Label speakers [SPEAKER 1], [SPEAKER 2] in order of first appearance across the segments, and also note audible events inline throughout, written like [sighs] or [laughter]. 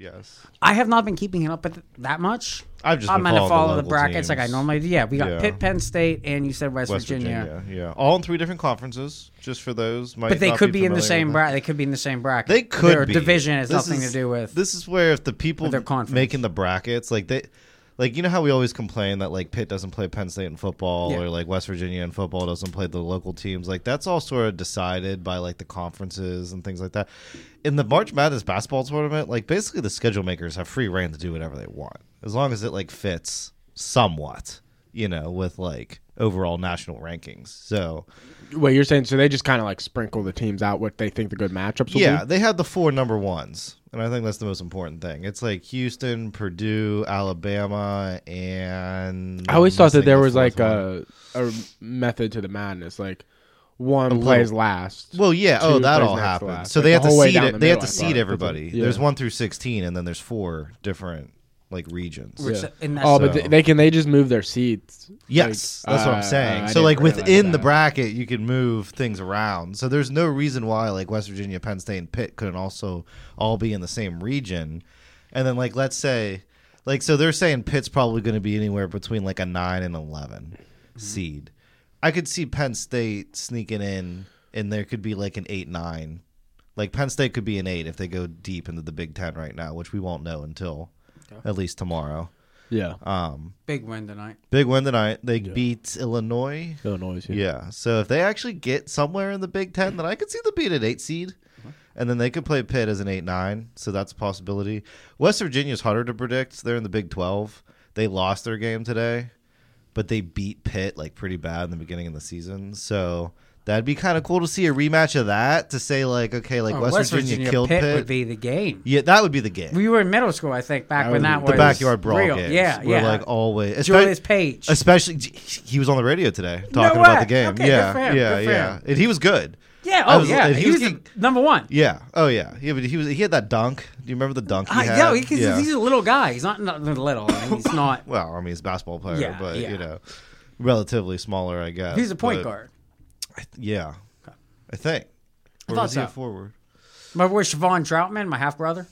[SPEAKER 1] Yes.
[SPEAKER 2] I have not been keeping it up with that much.
[SPEAKER 1] I've just
[SPEAKER 2] I'm
[SPEAKER 1] been
[SPEAKER 2] going
[SPEAKER 1] following
[SPEAKER 2] to follow the,
[SPEAKER 1] local
[SPEAKER 2] brackets like I
[SPEAKER 1] teams.
[SPEAKER 2] normally do. Yeah, we got
[SPEAKER 1] Yeah.
[SPEAKER 2] Pitt, Penn State, and you said West,
[SPEAKER 1] West
[SPEAKER 2] Virginia.
[SPEAKER 1] Virginia. yeah, all in three different conferences. Just for those, might
[SPEAKER 2] But they
[SPEAKER 1] not
[SPEAKER 2] could be, in the
[SPEAKER 1] familiar
[SPEAKER 2] same
[SPEAKER 1] with
[SPEAKER 2] bracket. They could be in the same bracket.
[SPEAKER 1] They could
[SPEAKER 2] Their
[SPEAKER 1] be.
[SPEAKER 2] division has
[SPEAKER 1] This
[SPEAKER 2] nothing
[SPEAKER 1] is-
[SPEAKER 2] to do with.
[SPEAKER 1] This is where if the people
[SPEAKER 2] their conference.
[SPEAKER 1] making the brackets, like they, like you know how we always complain that like Pitt doesn't play Penn State in football
[SPEAKER 2] Yeah.
[SPEAKER 1] or like West Virginia in football doesn't play the local teams. Like that's all sort of decided by like the conferences and things like that. In the March Madness basketball tournament, like basically the schedule makers have free reign to do whatever they want as long as it like fits somewhat, you know, with like overall national rankings. So
[SPEAKER 3] Wait, you're saying so they just kind of like sprinkle the teams out what they think the good matchups will
[SPEAKER 1] Yeah,
[SPEAKER 3] be?
[SPEAKER 1] they had the four number ones, and I think that's the most important thing. It's like Houston, Purdue, Alabama, and
[SPEAKER 3] I always thought that there was like
[SPEAKER 1] a
[SPEAKER 3] a, a method to the madness. Like one
[SPEAKER 1] little-
[SPEAKER 3] plays last.
[SPEAKER 1] well, yeah.
[SPEAKER 3] two
[SPEAKER 1] Oh, that
[SPEAKER 3] plays
[SPEAKER 1] all
[SPEAKER 3] next to
[SPEAKER 1] happened.
[SPEAKER 3] last,
[SPEAKER 1] So
[SPEAKER 3] like
[SPEAKER 1] they
[SPEAKER 3] the
[SPEAKER 1] have to
[SPEAKER 3] whole way
[SPEAKER 1] seed
[SPEAKER 3] down
[SPEAKER 1] it.
[SPEAKER 3] the
[SPEAKER 1] They have
[SPEAKER 3] middle,
[SPEAKER 1] to
[SPEAKER 3] I
[SPEAKER 1] seed
[SPEAKER 3] thought.
[SPEAKER 1] everybody.
[SPEAKER 3] Yeah.
[SPEAKER 1] There's one through sixteen, and then there's four different like regions.
[SPEAKER 2] Which-
[SPEAKER 3] Yeah.
[SPEAKER 2] and that's
[SPEAKER 3] Oh, but
[SPEAKER 1] So-
[SPEAKER 3] th- they can they just move their seeds?
[SPEAKER 1] Yes,
[SPEAKER 3] Like,
[SPEAKER 1] that's what I'm
[SPEAKER 3] uh,
[SPEAKER 1] saying.
[SPEAKER 3] I
[SPEAKER 1] so
[SPEAKER 3] didn't
[SPEAKER 1] like
[SPEAKER 3] realize
[SPEAKER 1] within the
[SPEAKER 3] that.
[SPEAKER 1] bracket, you can move things around. So there's no reason why like West Virginia, Penn State, and Pitt couldn't also all be in the same region. And then like let's say like so they're saying Pitt's probably going to be anywhere between like a nine and 11
[SPEAKER 3] Mm-hmm.
[SPEAKER 1] seed. I could see Penn State sneaking in, and there could be like an eight nine. Like Penn State could be an eight if they go deep into the Big Ten right now, which we won't know until at least tomorrow.
[SPEAKER 3] Yeah,
[SPEAKER 1] Um,
[SPEAKER 2] big win tonight.
[SPEAKER 1] big win tonight. They beat Illinois.
[SPEAKER 3] Illinois.
[SPEAKER 1] Yeah. So if they actually get somewhere in the Big Ten, then I could see them being an eight seed. And then they could play Pitt as an eight nine. So that's a possibility. West Virginia's harder to predict. They're in the Big Twelve. They lost their game today, but they beat Pitt like pretty bad in the beginning of the season. So that'd be kind of cool to see a rematch of that to say like, okay, like
[SPEAKER 2] Oh,
[SPEAKER 1] West, Virginia, killed
[SPEAKER 2] Pitt,
[SPEAKER 1] Pitt.
[SPEAKER 2] would be the game.
[SPEAKER 1] yeah, that would be the game.
[SPEAKER 2] We were in middle school, I think, back
[SPEAKER 3] That
[SPEAKER 2] when
[SPEAKER 3] would be-
[SPEAKER 2] that
[SPEAKER 3] The
[SPEAKER 2] was
[SPEAKER 1] the backyard brawl
[SPEAKER 2] real.
[SPEAKER 1] games.
[SPEAKER 2] Yeah,
[SPEAKER 1] were,
[SPEAKER 2] yeah.
[SPEAKER 1] like always.
[SPEAKER 2] Julius
[SPEAKER 1] especially-
[SPEAKER 2] Page.
[SPEAKER 1] Especially, he was on the radio today talking
[SPEAKER 2] No
[SPEAKER 1] about
[SPEAKER 2] way.
[SPEAKER 1] the game.
[SPEAKER 2] Okay, good
[SPEAKER 1] yeah,
[SPEAKER 2] for him,
[SPEAKER 1] yeah,
[SPEAKER 2] good for
[SPEAKER 1] yeah.
[SPEAKER 2] him.
[SPEAKER 1] And he was good.
[SPEAKER 2] yeah,
[SPEAKER 1] I
[SPEAKER 2] oh
[SPEAKER 1] was-
[SPEAKER 2] yeah,
[SPEAKER 1] and he
[SPEAKER 2] he was
[SPEAKER 1] was
[SPEAKER 2] the
[SPEAKER 1] getting-
[SPEAKER 2] number one.
[SPEAKER 1] Yeah. Oh yeah. Yeah, but he was. He had that dunk. Do you remember the dunk he
[SPEAKER 2] Uh,
[SPEAKER 1] had?
[SPEAKER 2] yeah, because
[SPEAKER 1] Yeah.
[SPEAKER 2] he's a little guy. He's not, not little. I mean, he's not.
[SPEAKER 1] well, I mean, he's a basketball player,
[SPEAKER 2] Yeah,
[SPEAKER 1] but
[SPEAKER 2] yeah.
[SPEAKER 1] you know, relatively smaller, I guess.
[SPEAKER 2] He's a point
[SPEAKER 1] But-
[SPEAKER 2] guard.
[SPEAKER 1] Yeah, I think.
[SPEAKER 2] I
[SPEAKER 1] Or
[SPEAKER 2] thought
[SPEAKER 1] was he a
[SPEAKER 2] so.
[SPEAKER 1] forward?
[SPEAKER 2] Remember where Siobhan Troutman, my half brother,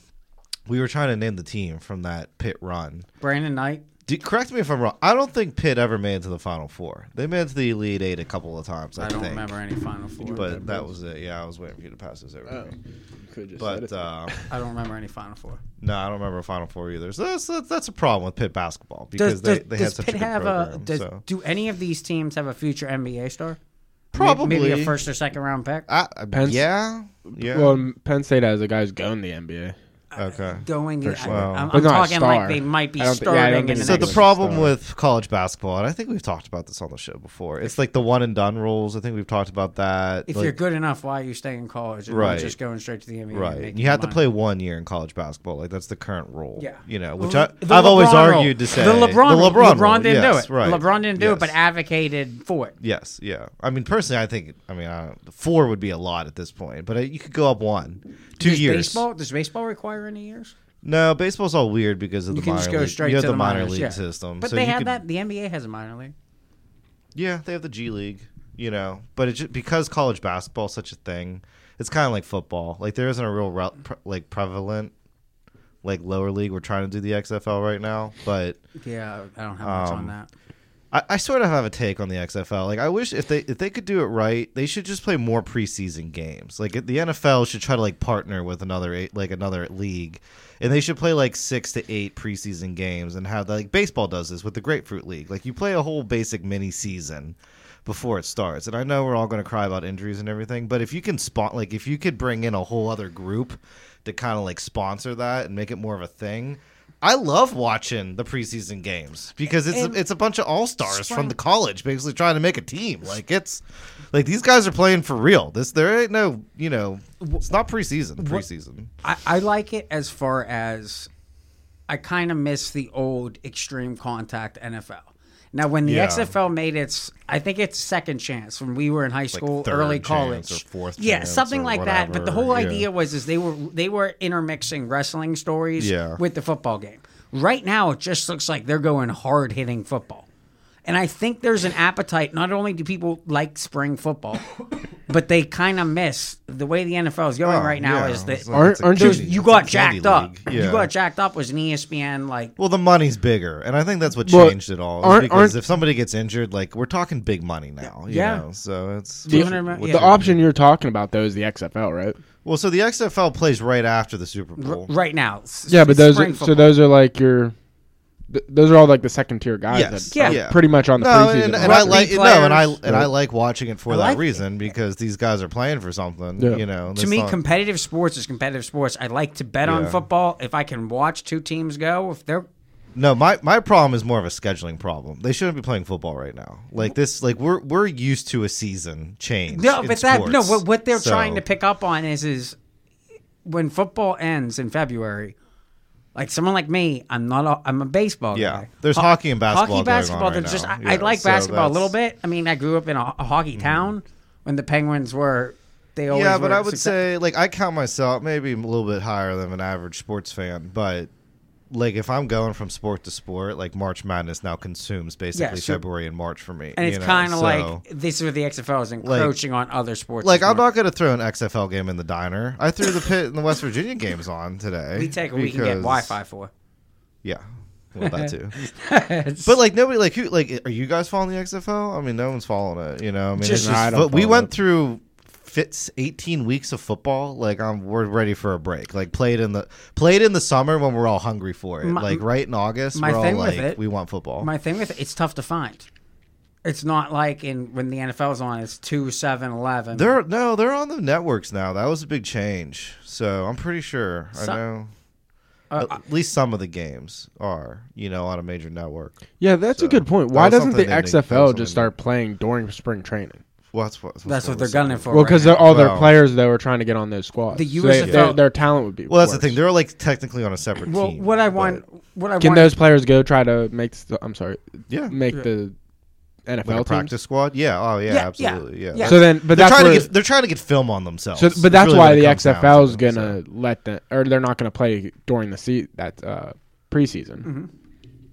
[SPEAKER 1] We were trying to name the team from that pit run.
[SPEAKER 2] Brandon Knight.
[SPEAKER 1] Do, correct me if I'm wrong. I don't think Pitt ever made it to the Final Four. They made it to the Elite Eight a couple of times. I,
[SPEAKER 2] I don't
[SPEAKER 1] think.
[SPEAKER 2] remember any Final Four.
[SPEAKER 1] But that was it. Yeah, I was waiting for you to pass this over.
[SPEAKER 2] Oh,
[SPEAKER 1] to me. But uh,
[SPEAKER 2] I don't remember any Final Four.
[SPEAKER 1] no, I don't remember a Final Four either. So that's, that's, that's a problem with Pitt basketball because
[SPEAKER 2] Does,
[SPEAKER 1] they,
[SPEAKER 2] does,
[SPEAKER 1] they had
[SPEAKER 2] does
[SPEAKER 1] such
[SPEAKER 2] Pitt
[SPEAKER 1] a good
[SPEAKER 2] have
[SPEAKER 1] program.
[SPEAKER 2] a? Does,
[SPEAKER 1] so.
[SPEAKER 2] Do any of these teams have a future NBA star? May-
[SPEAKER 1] Probably.
[SPEAKER 2] maybe a first or second round pick
[SPEAKER 1] I,
[SPEAKER 3] Pens-
[SPEAKER 1] yeah. Yeah.
[SPEAKER 3] Well, m- Penn State has a guy who's going to the NBA.
[SPEAKER 1] okay.
[SPEAKER 2] going. in-
[SPEAKER 1] sure. Wow.
[SPEAKER 2] I'm,
[SPEAKER 3] But
[SPEAKER 2] I'm
[SPEAKER 3] not a
[SPEAKER 2] talking like
[SPEAKER 3] star.
[SPEAKER 2] they might be
[SPEAKER 3] I don't thi- yeah, I don't
[SPEAKER 2] starting
[SPEAKER 3] think
[SPEAKER 2] in the
[SPEAKER 3] so.
[SPEAKER 1] So
[SPEAKER 2] next.
[SPEAKER 1] the
[SPEAKER 3] Next
[SPEAKER 1] problem
[SPEAKER 3] star.
[SPEAKER 1] with college basketball, and I think we've talked about this on the show before, it's like the one and done rules. I think we've talked about that.
[SPEAKER 2] if
[SPEAKER 1] like-
[SPEAKER 2] you're good enough, why are you staying in college and
[SPEAKER 1] Right.
[SPEAKER 2] not just going straight to the NBA? and
[SPEAKER 1] right,
[SPEAKER 2] making
[SPEAKER 1] you have to
[SPEAKER 2] money?
[SPEAKER 1] play one year in college basketball. Like that's the current rule.
[SPEAKER 2] Yeah,
[SPEAKER 1] you know, which
[SPEAKER 2] The-
[SPEAKER 1] I,
[SPEAKER 2] the
[SPEAKER 1] I've always
[SPEAKER 2] LeBron rule.
[SPEAKER 1] argued to say
[SPEAKER 2] the LeBron rule.
[SPEAKER 1] LeBron,
[SPEAKER 2] LeBron,
[SPEAKER 1] rule,
[SPEAKER 2] didn't
[SPEAKER 1] yes,
[SPEAKER 2] do it.
[SPEAKER 1] Right,
[SPEAKER 2] LeBron didn't do it, but
[SPEAKER 1] Yes.
[SPEAKER 2] advocated for it.
[SPEAKER 1] Yes, yeah. I mean, personally, I think I mean I don't, four would be a lot at this point, but uh, you could go up one, two
[SPEAKER 2] Does
[SPEAKER 1] years.
[SPEAKER 2] Baseball does baseball require any years?
[SPEAKER 1] No, baseball's all weird because of
[SPEAKER 2] You
[SPEAKER 1] the
[SPEAKER 2] can
[SPEAKER 1] minor
[SPEAKER 2] just go
[SPEAKER 1] league.
[SPEAKER 2] straight
[SPEAKER 1] you have
[SPEAKER 2] to
[SPEAKER 1] the,
[SPEAKER 2] the
[SPEAKER 1] minor
[SPEAKER 2] minors,
[SPEAKER 1] league
[SPEAKER 2] yeah.
[SPEAKER 1] system,
[SPEAKER 2] But
[SPEAKER 1] so
[SPEAKER 2] they
[SPEAKER 1] you
[SPEAKER 2] have
[SPEAKER 1] could-
[SPEAKER 2] that. The NBA has a minor league.
[SPEAKER 1] Yeah, they have the G League, you know, but it's just, because college basketball's such a thing, it's kind of like football. Like there isn't a real re- pre- like prevalent like lower league. We're trying to do the XFL right now, but
[SPEAKER 2] Yeah, I don't have much on
[SPEAKER 1] Um,
[SPEAKER 2] that.
[SPEAKER 1] I, I sort of have a take on the XFL. Like I wish if they if they could do it right, they should just play more preseason games. Like the NFL should try to like partner with another eight, like another league, and they should play like six to eight preseason games and have like baseball does this with the Grapefruit League. Like you play a whole basic mini season before it starts. And I know we're all going to cry about injuries and everything, but if you can spot like if you could bring in a whole other group to kind of like sponsor that and make it more of a thing. I love watching the preseason games because it's
[SPEAKER 2] And-
[SPEAKER 1] it's a bunch of all stars
[SPEAKER 2] Spring-
[SPEAKER 1] from the college basically trying to make a team. Like it's like these guys are playing for real. This there ain't no you know it's not preseason. Preseason.
[SPEAKER 2] I, I like it as far as I kind of miss the old extreme contact NFL. Now, when the
[SPEAKER 1] Yeah.
[SPEAKER 2] XFL made its, I think it's second chance when we were in high school,
[SPEAKER 1] third
[SPEAKER 2] early
[SPEAKER 1] chance
[SPEAKER 2] college,
[SPEAKER 1] or fourth
[SPEAKER 2] yeah,
[SPEAKER 1] chance
[SPEAKER 2] something
[SPEAKER 1] or
[SPEAKER 2] like that. But the
[SPEAKER 1] whatever,
[SPEAKER 2] whole
[SPEAKER 1] yeah.
[SPEAKER 2] idea was is they were they were intermixing wrestling stories
[SPEAKER 1] Yeah.
[SPEAKER 2] with the football game. Right now, it just looks like they're going hard hitting football. [coughs] And I think there's an appetite. Not only do people like spring football, But they kind of miss the way the NFL is going
[SPEAKER 1] Oh,
[SPEAKER 2] right now
[SPEAKER 1] yeah,
[SPEAKER 2] is that
[SPEAKER 1] it's like-
[SPEAKER 3] Aren't-
[SPEAKER 1] it's a
[SPEAKER 3] aren't
[SPEAKER 1] candy-
[SPEAKER 3] those-
[SPEAKER 2] you
[SPEAKER 1] it's
[SPEAKER 2] got
[SPEAKER 1] a candy
[SPEAKER 2] jacked up.
[SPEAKER 1] league.
[SPEAKER 2] You
[SPEAKER 1] Yeah.
[SPEAKER 2] got jacked up was an E ESPN like
[SPEAKER 1] Well, the money's bigger, and I think that's what
[SPEAKER 3] Well,
[SPEAKER 1] changed it all. is
[SPEAKER 3] aren't-
[SPEAKER 1] because
[SPEAKER 3] aren't-
[SPEAKER 1] if somebody gets injured, like we're talking big money now. You
[SPEAKER 2] Yeah.
[SPEAKER 1] Know? So it's
[SPEAKER 2] 200 mil-
[SPEAKER 1] what
[SPEAKER 2] yeah.
[SPEAKER 3] The option you're talking about though is the XFL, right?
[SPEAKER 1] Well, so the XFL plays right after the Super
[SPEAKER 2] r-
[SPEAKER 1] Bowl.
[SPEAKER 2] right now. S-
[SPEAKER 3] Yeah, but those
[SPEAKER 2] spring
[SPEAKER 3] are, so
[SPEAKER 2] football.
[SPEAKER 3] those are like your. Th- those are all like the second tier guys
[SPEAKER 1] Yes.
[SPEAKER 3] that are
[SPEAKER 1] Yeah.
[SPEAKER 3] pretty much on the
[SPEAKER 1] No,
[SPEAKER 3] preseason.
[SPEAKER 1] and, and I
[SPEAKER 2] Rugby
[SPEAKER 1] like no, and I
[SPEAKER 2] players.
[SPEAKER 1] and I like watching it for
[SPEAKER 2] I
[SPEAKER 1] that
[SPEAKER 2] like it.
[SPEAKER 1] reason because these guys are playing for something.
[SPEAKER 3] Yeah.
[SPEAKER 1] You know,
[SPEAKER 2] to
[SPEAKER 1] that's
[SPEAKER 2] me,
[SPEAKER 1] not-
[SPEAKER 2] competitive sports is competitive sports. I like to bet on
[SPEAKER 1] Yeah.
[SPEAKER 2] football. If I can watch two teams go, if they're
[SPEAKER 1] no, my my problem is more of a scheduling problem. They shouldn't be playing football right now. Like this, like we're we're used to a season change.
[SPEAKER 2] no,
[SPEAKER 1] in
[SPEAKER 2] but that no,
[SPEAKER 1] sports.
[SPEAKER 2] what, what they're
[SPEAKER 1] So-
[SPEAKER 2] trying to pick up on is is when football ends in February. Like someone like me, I'm not. A, I'm a baseball
[SPEAKER 1] Yeah.
[SPEAKER 2] guy.
[SPEAKER 1] There's hockey and basketball
[SPEAKER 2] Hockey,
[SPEAKER 1] going on
[SPEAKER 2] basketball.
[SPEAKER 1] right
[SPEAKER 2] there's just
[SPEAKER 1] now.
[SPEAKER 2] I, I
[SPEAKER 1] Yeah,
[SPEAKER 2] like
[SPEAKER 1] so
[SPEAKER 2] basketball a little
[SPEAKER 1] that's- Mm-hmm.
[SPEAKER 2] bit. I mean, I grew up in a, a hockey town when the Penguins were. They always
[SPEAKER 1] Yeah, but
[SPEAKER 2] were
[SPEAKER 1] I would
[SPEAKER 2] success-
[SPEAKER 1] say like I count myself maybe a little bit higher than an average sports fan, but like if I'm going from sport to sport, like March Madness now consumes basically
[SPEAKER 2] sure.
[SPEAKER 1] February and March for me.
[SPEAKER 2] and
[SPEAKER 1] you
[SPEAKER 2] it's
[SPEAKER 1] know,
[SPEAKER 2] kind of
[SPEAKER 1] so-
[SPEAKER 2] like this is where the XFL is encroaching on other sports.
[SPEAKER 1] like
[SPEAKER 2] as
[SPEAKER 1] I'm
[SPEAKER 2] well.
[SPEAKER 1] not gonna throw an XFL game in the diner. I threw the pit and the West Virginia games on today.
[SPEAKER 2] we take what we can get
[SPEAKER 1] because-
[SPEAKER 2] Wi-Fi for. [laughs]
[SPEAKER 1] Yeah. Well, that too, but like nobody, like who, like are you guys following the XFL? I mean, no one's following it. You know, I mean, it's
[SPEAKER 2] Just-
[SPEAKER 1] just,
[SPEAKER 3] Nah, I don't
[SPEAKER 1] but we
[SPEAKER 3] follow
[SPEAKER 1] went
[SPEAKER 3] it.
[SPEAKER 1] through fits eighteen weeks of football. Like, I'm we're ready for a break. Like, played in the played in the summer when we're all hungry for it.
[SPEAKER 2] My-
[SPEAKER 1] like right in August,
[SPEAKER 2] my
[SPEAKER 1] we're all
[SPEAKER 2] thing with
[SPEAKER 1] like,
[SPEAKER 2] it-
[SPEAKER 1] we want football.
[SPEAKER 2] My thing with it, it's tough to find. It's not like in when the NFL's on, it's two, seven, eleven.
[SPEAKER 1] they're no, they're on the networks now. That was a big change. So I'm pretty sure
[SPEAKER 2] So-
[SPEAKER 1] I know.
[SPEAKER 2] Uh,
[SPEAKER 1] at least some of the games are, you know, on a major network.
[SPEAKER 3] Yeah, that's a
[SPEAKER 1] So,
[SPEAKER 3] good point.
[SPEAKER 1] that
[SPEAKER 3] Why
[SPEAKER 1] was
[SPEAKER 3] doesn't the
[SPEAKER 1] something they need- that was
[SPEAKER 3] XFL
[SPEAKER 1] something
[SPEAKER 3] just
[SPEAKER 1] they
[SPEAKER 3] start playing during spring training?
[SPEAKER 1] Well, that's what,
[SPEAKER 2] that's what
[SPEAKER 1] we're
[SPEAKER 2] they're gunning
[SPEAKER 1] saying.
[SPEAKER 2] for.
[SPEAKER 3] Well,
[SPEAKER 2] right
[SPEAKER 3] because
[SPEAKER 2] now.
[SPEAKER 3] all their
[SPEAKER 1] Well-
[SPEAKER 3] players that were trying to get on those squads,
[SPEAKER 2] The
[SPEAKER 3] So they-
[SPEAKER 2] USFL
[SPEAKER 3] their, their talent would be.
[SPEAKER 1] Well, that's the
[SPEAKER 3] worse.
[SPEAKER 1] thing. They're like technically on a separate
[SPEAKER 2] Well,
[SPEAKER 1] team.
[SPEAKER 2] what I
[SPEAKER 1] but-
[SPEAKER 2] want, what I
[SPEAKER 3] Can
[SPEAKER 2] want,
[SPEAKER 3] those players go try to make? The, I'm sorry,
[SPEAKER 1] yeah,
[SPEAKER 3] make
[SPEAKER 2] Yeah.
[SPEAKER 3] the NFL
[SPEAKER 1] like a
[SPEAKER 3] team?
[SPEAKER 1] practice squad. Yeah. Oh, yeah.
[SPEAKER 2] Yeah, yeah,
[SPEAKER 1] absolutely. Yeah.
[SPEAKER 2] yeah.
[SPEAKER 3] So then, but
[SPEAKER 1] they're
[SPEAKER 3] that's
[SPEAKER 1] trying
[SPEAKER 3] where,
[SPEAKER 1] to get they're trying to get film on themselves.
[SPEAKER 3] so, but
[SPEAKER 1] It's
[SPEAKER 3] that's
[SPEAKER 1] really
[SPEAKER 3] why
[SPEAKER 1] what it
[SPEAKER 3] the
[SPEAKER 1] comes down
[SPEAKER 3] XFL is
[SPEAKER 1] to, so.
[SPEAKER 3] gonna let them, or they're not gonna play during the se- that uh, preseason.
[SPEAKER 2] Mm-hmm.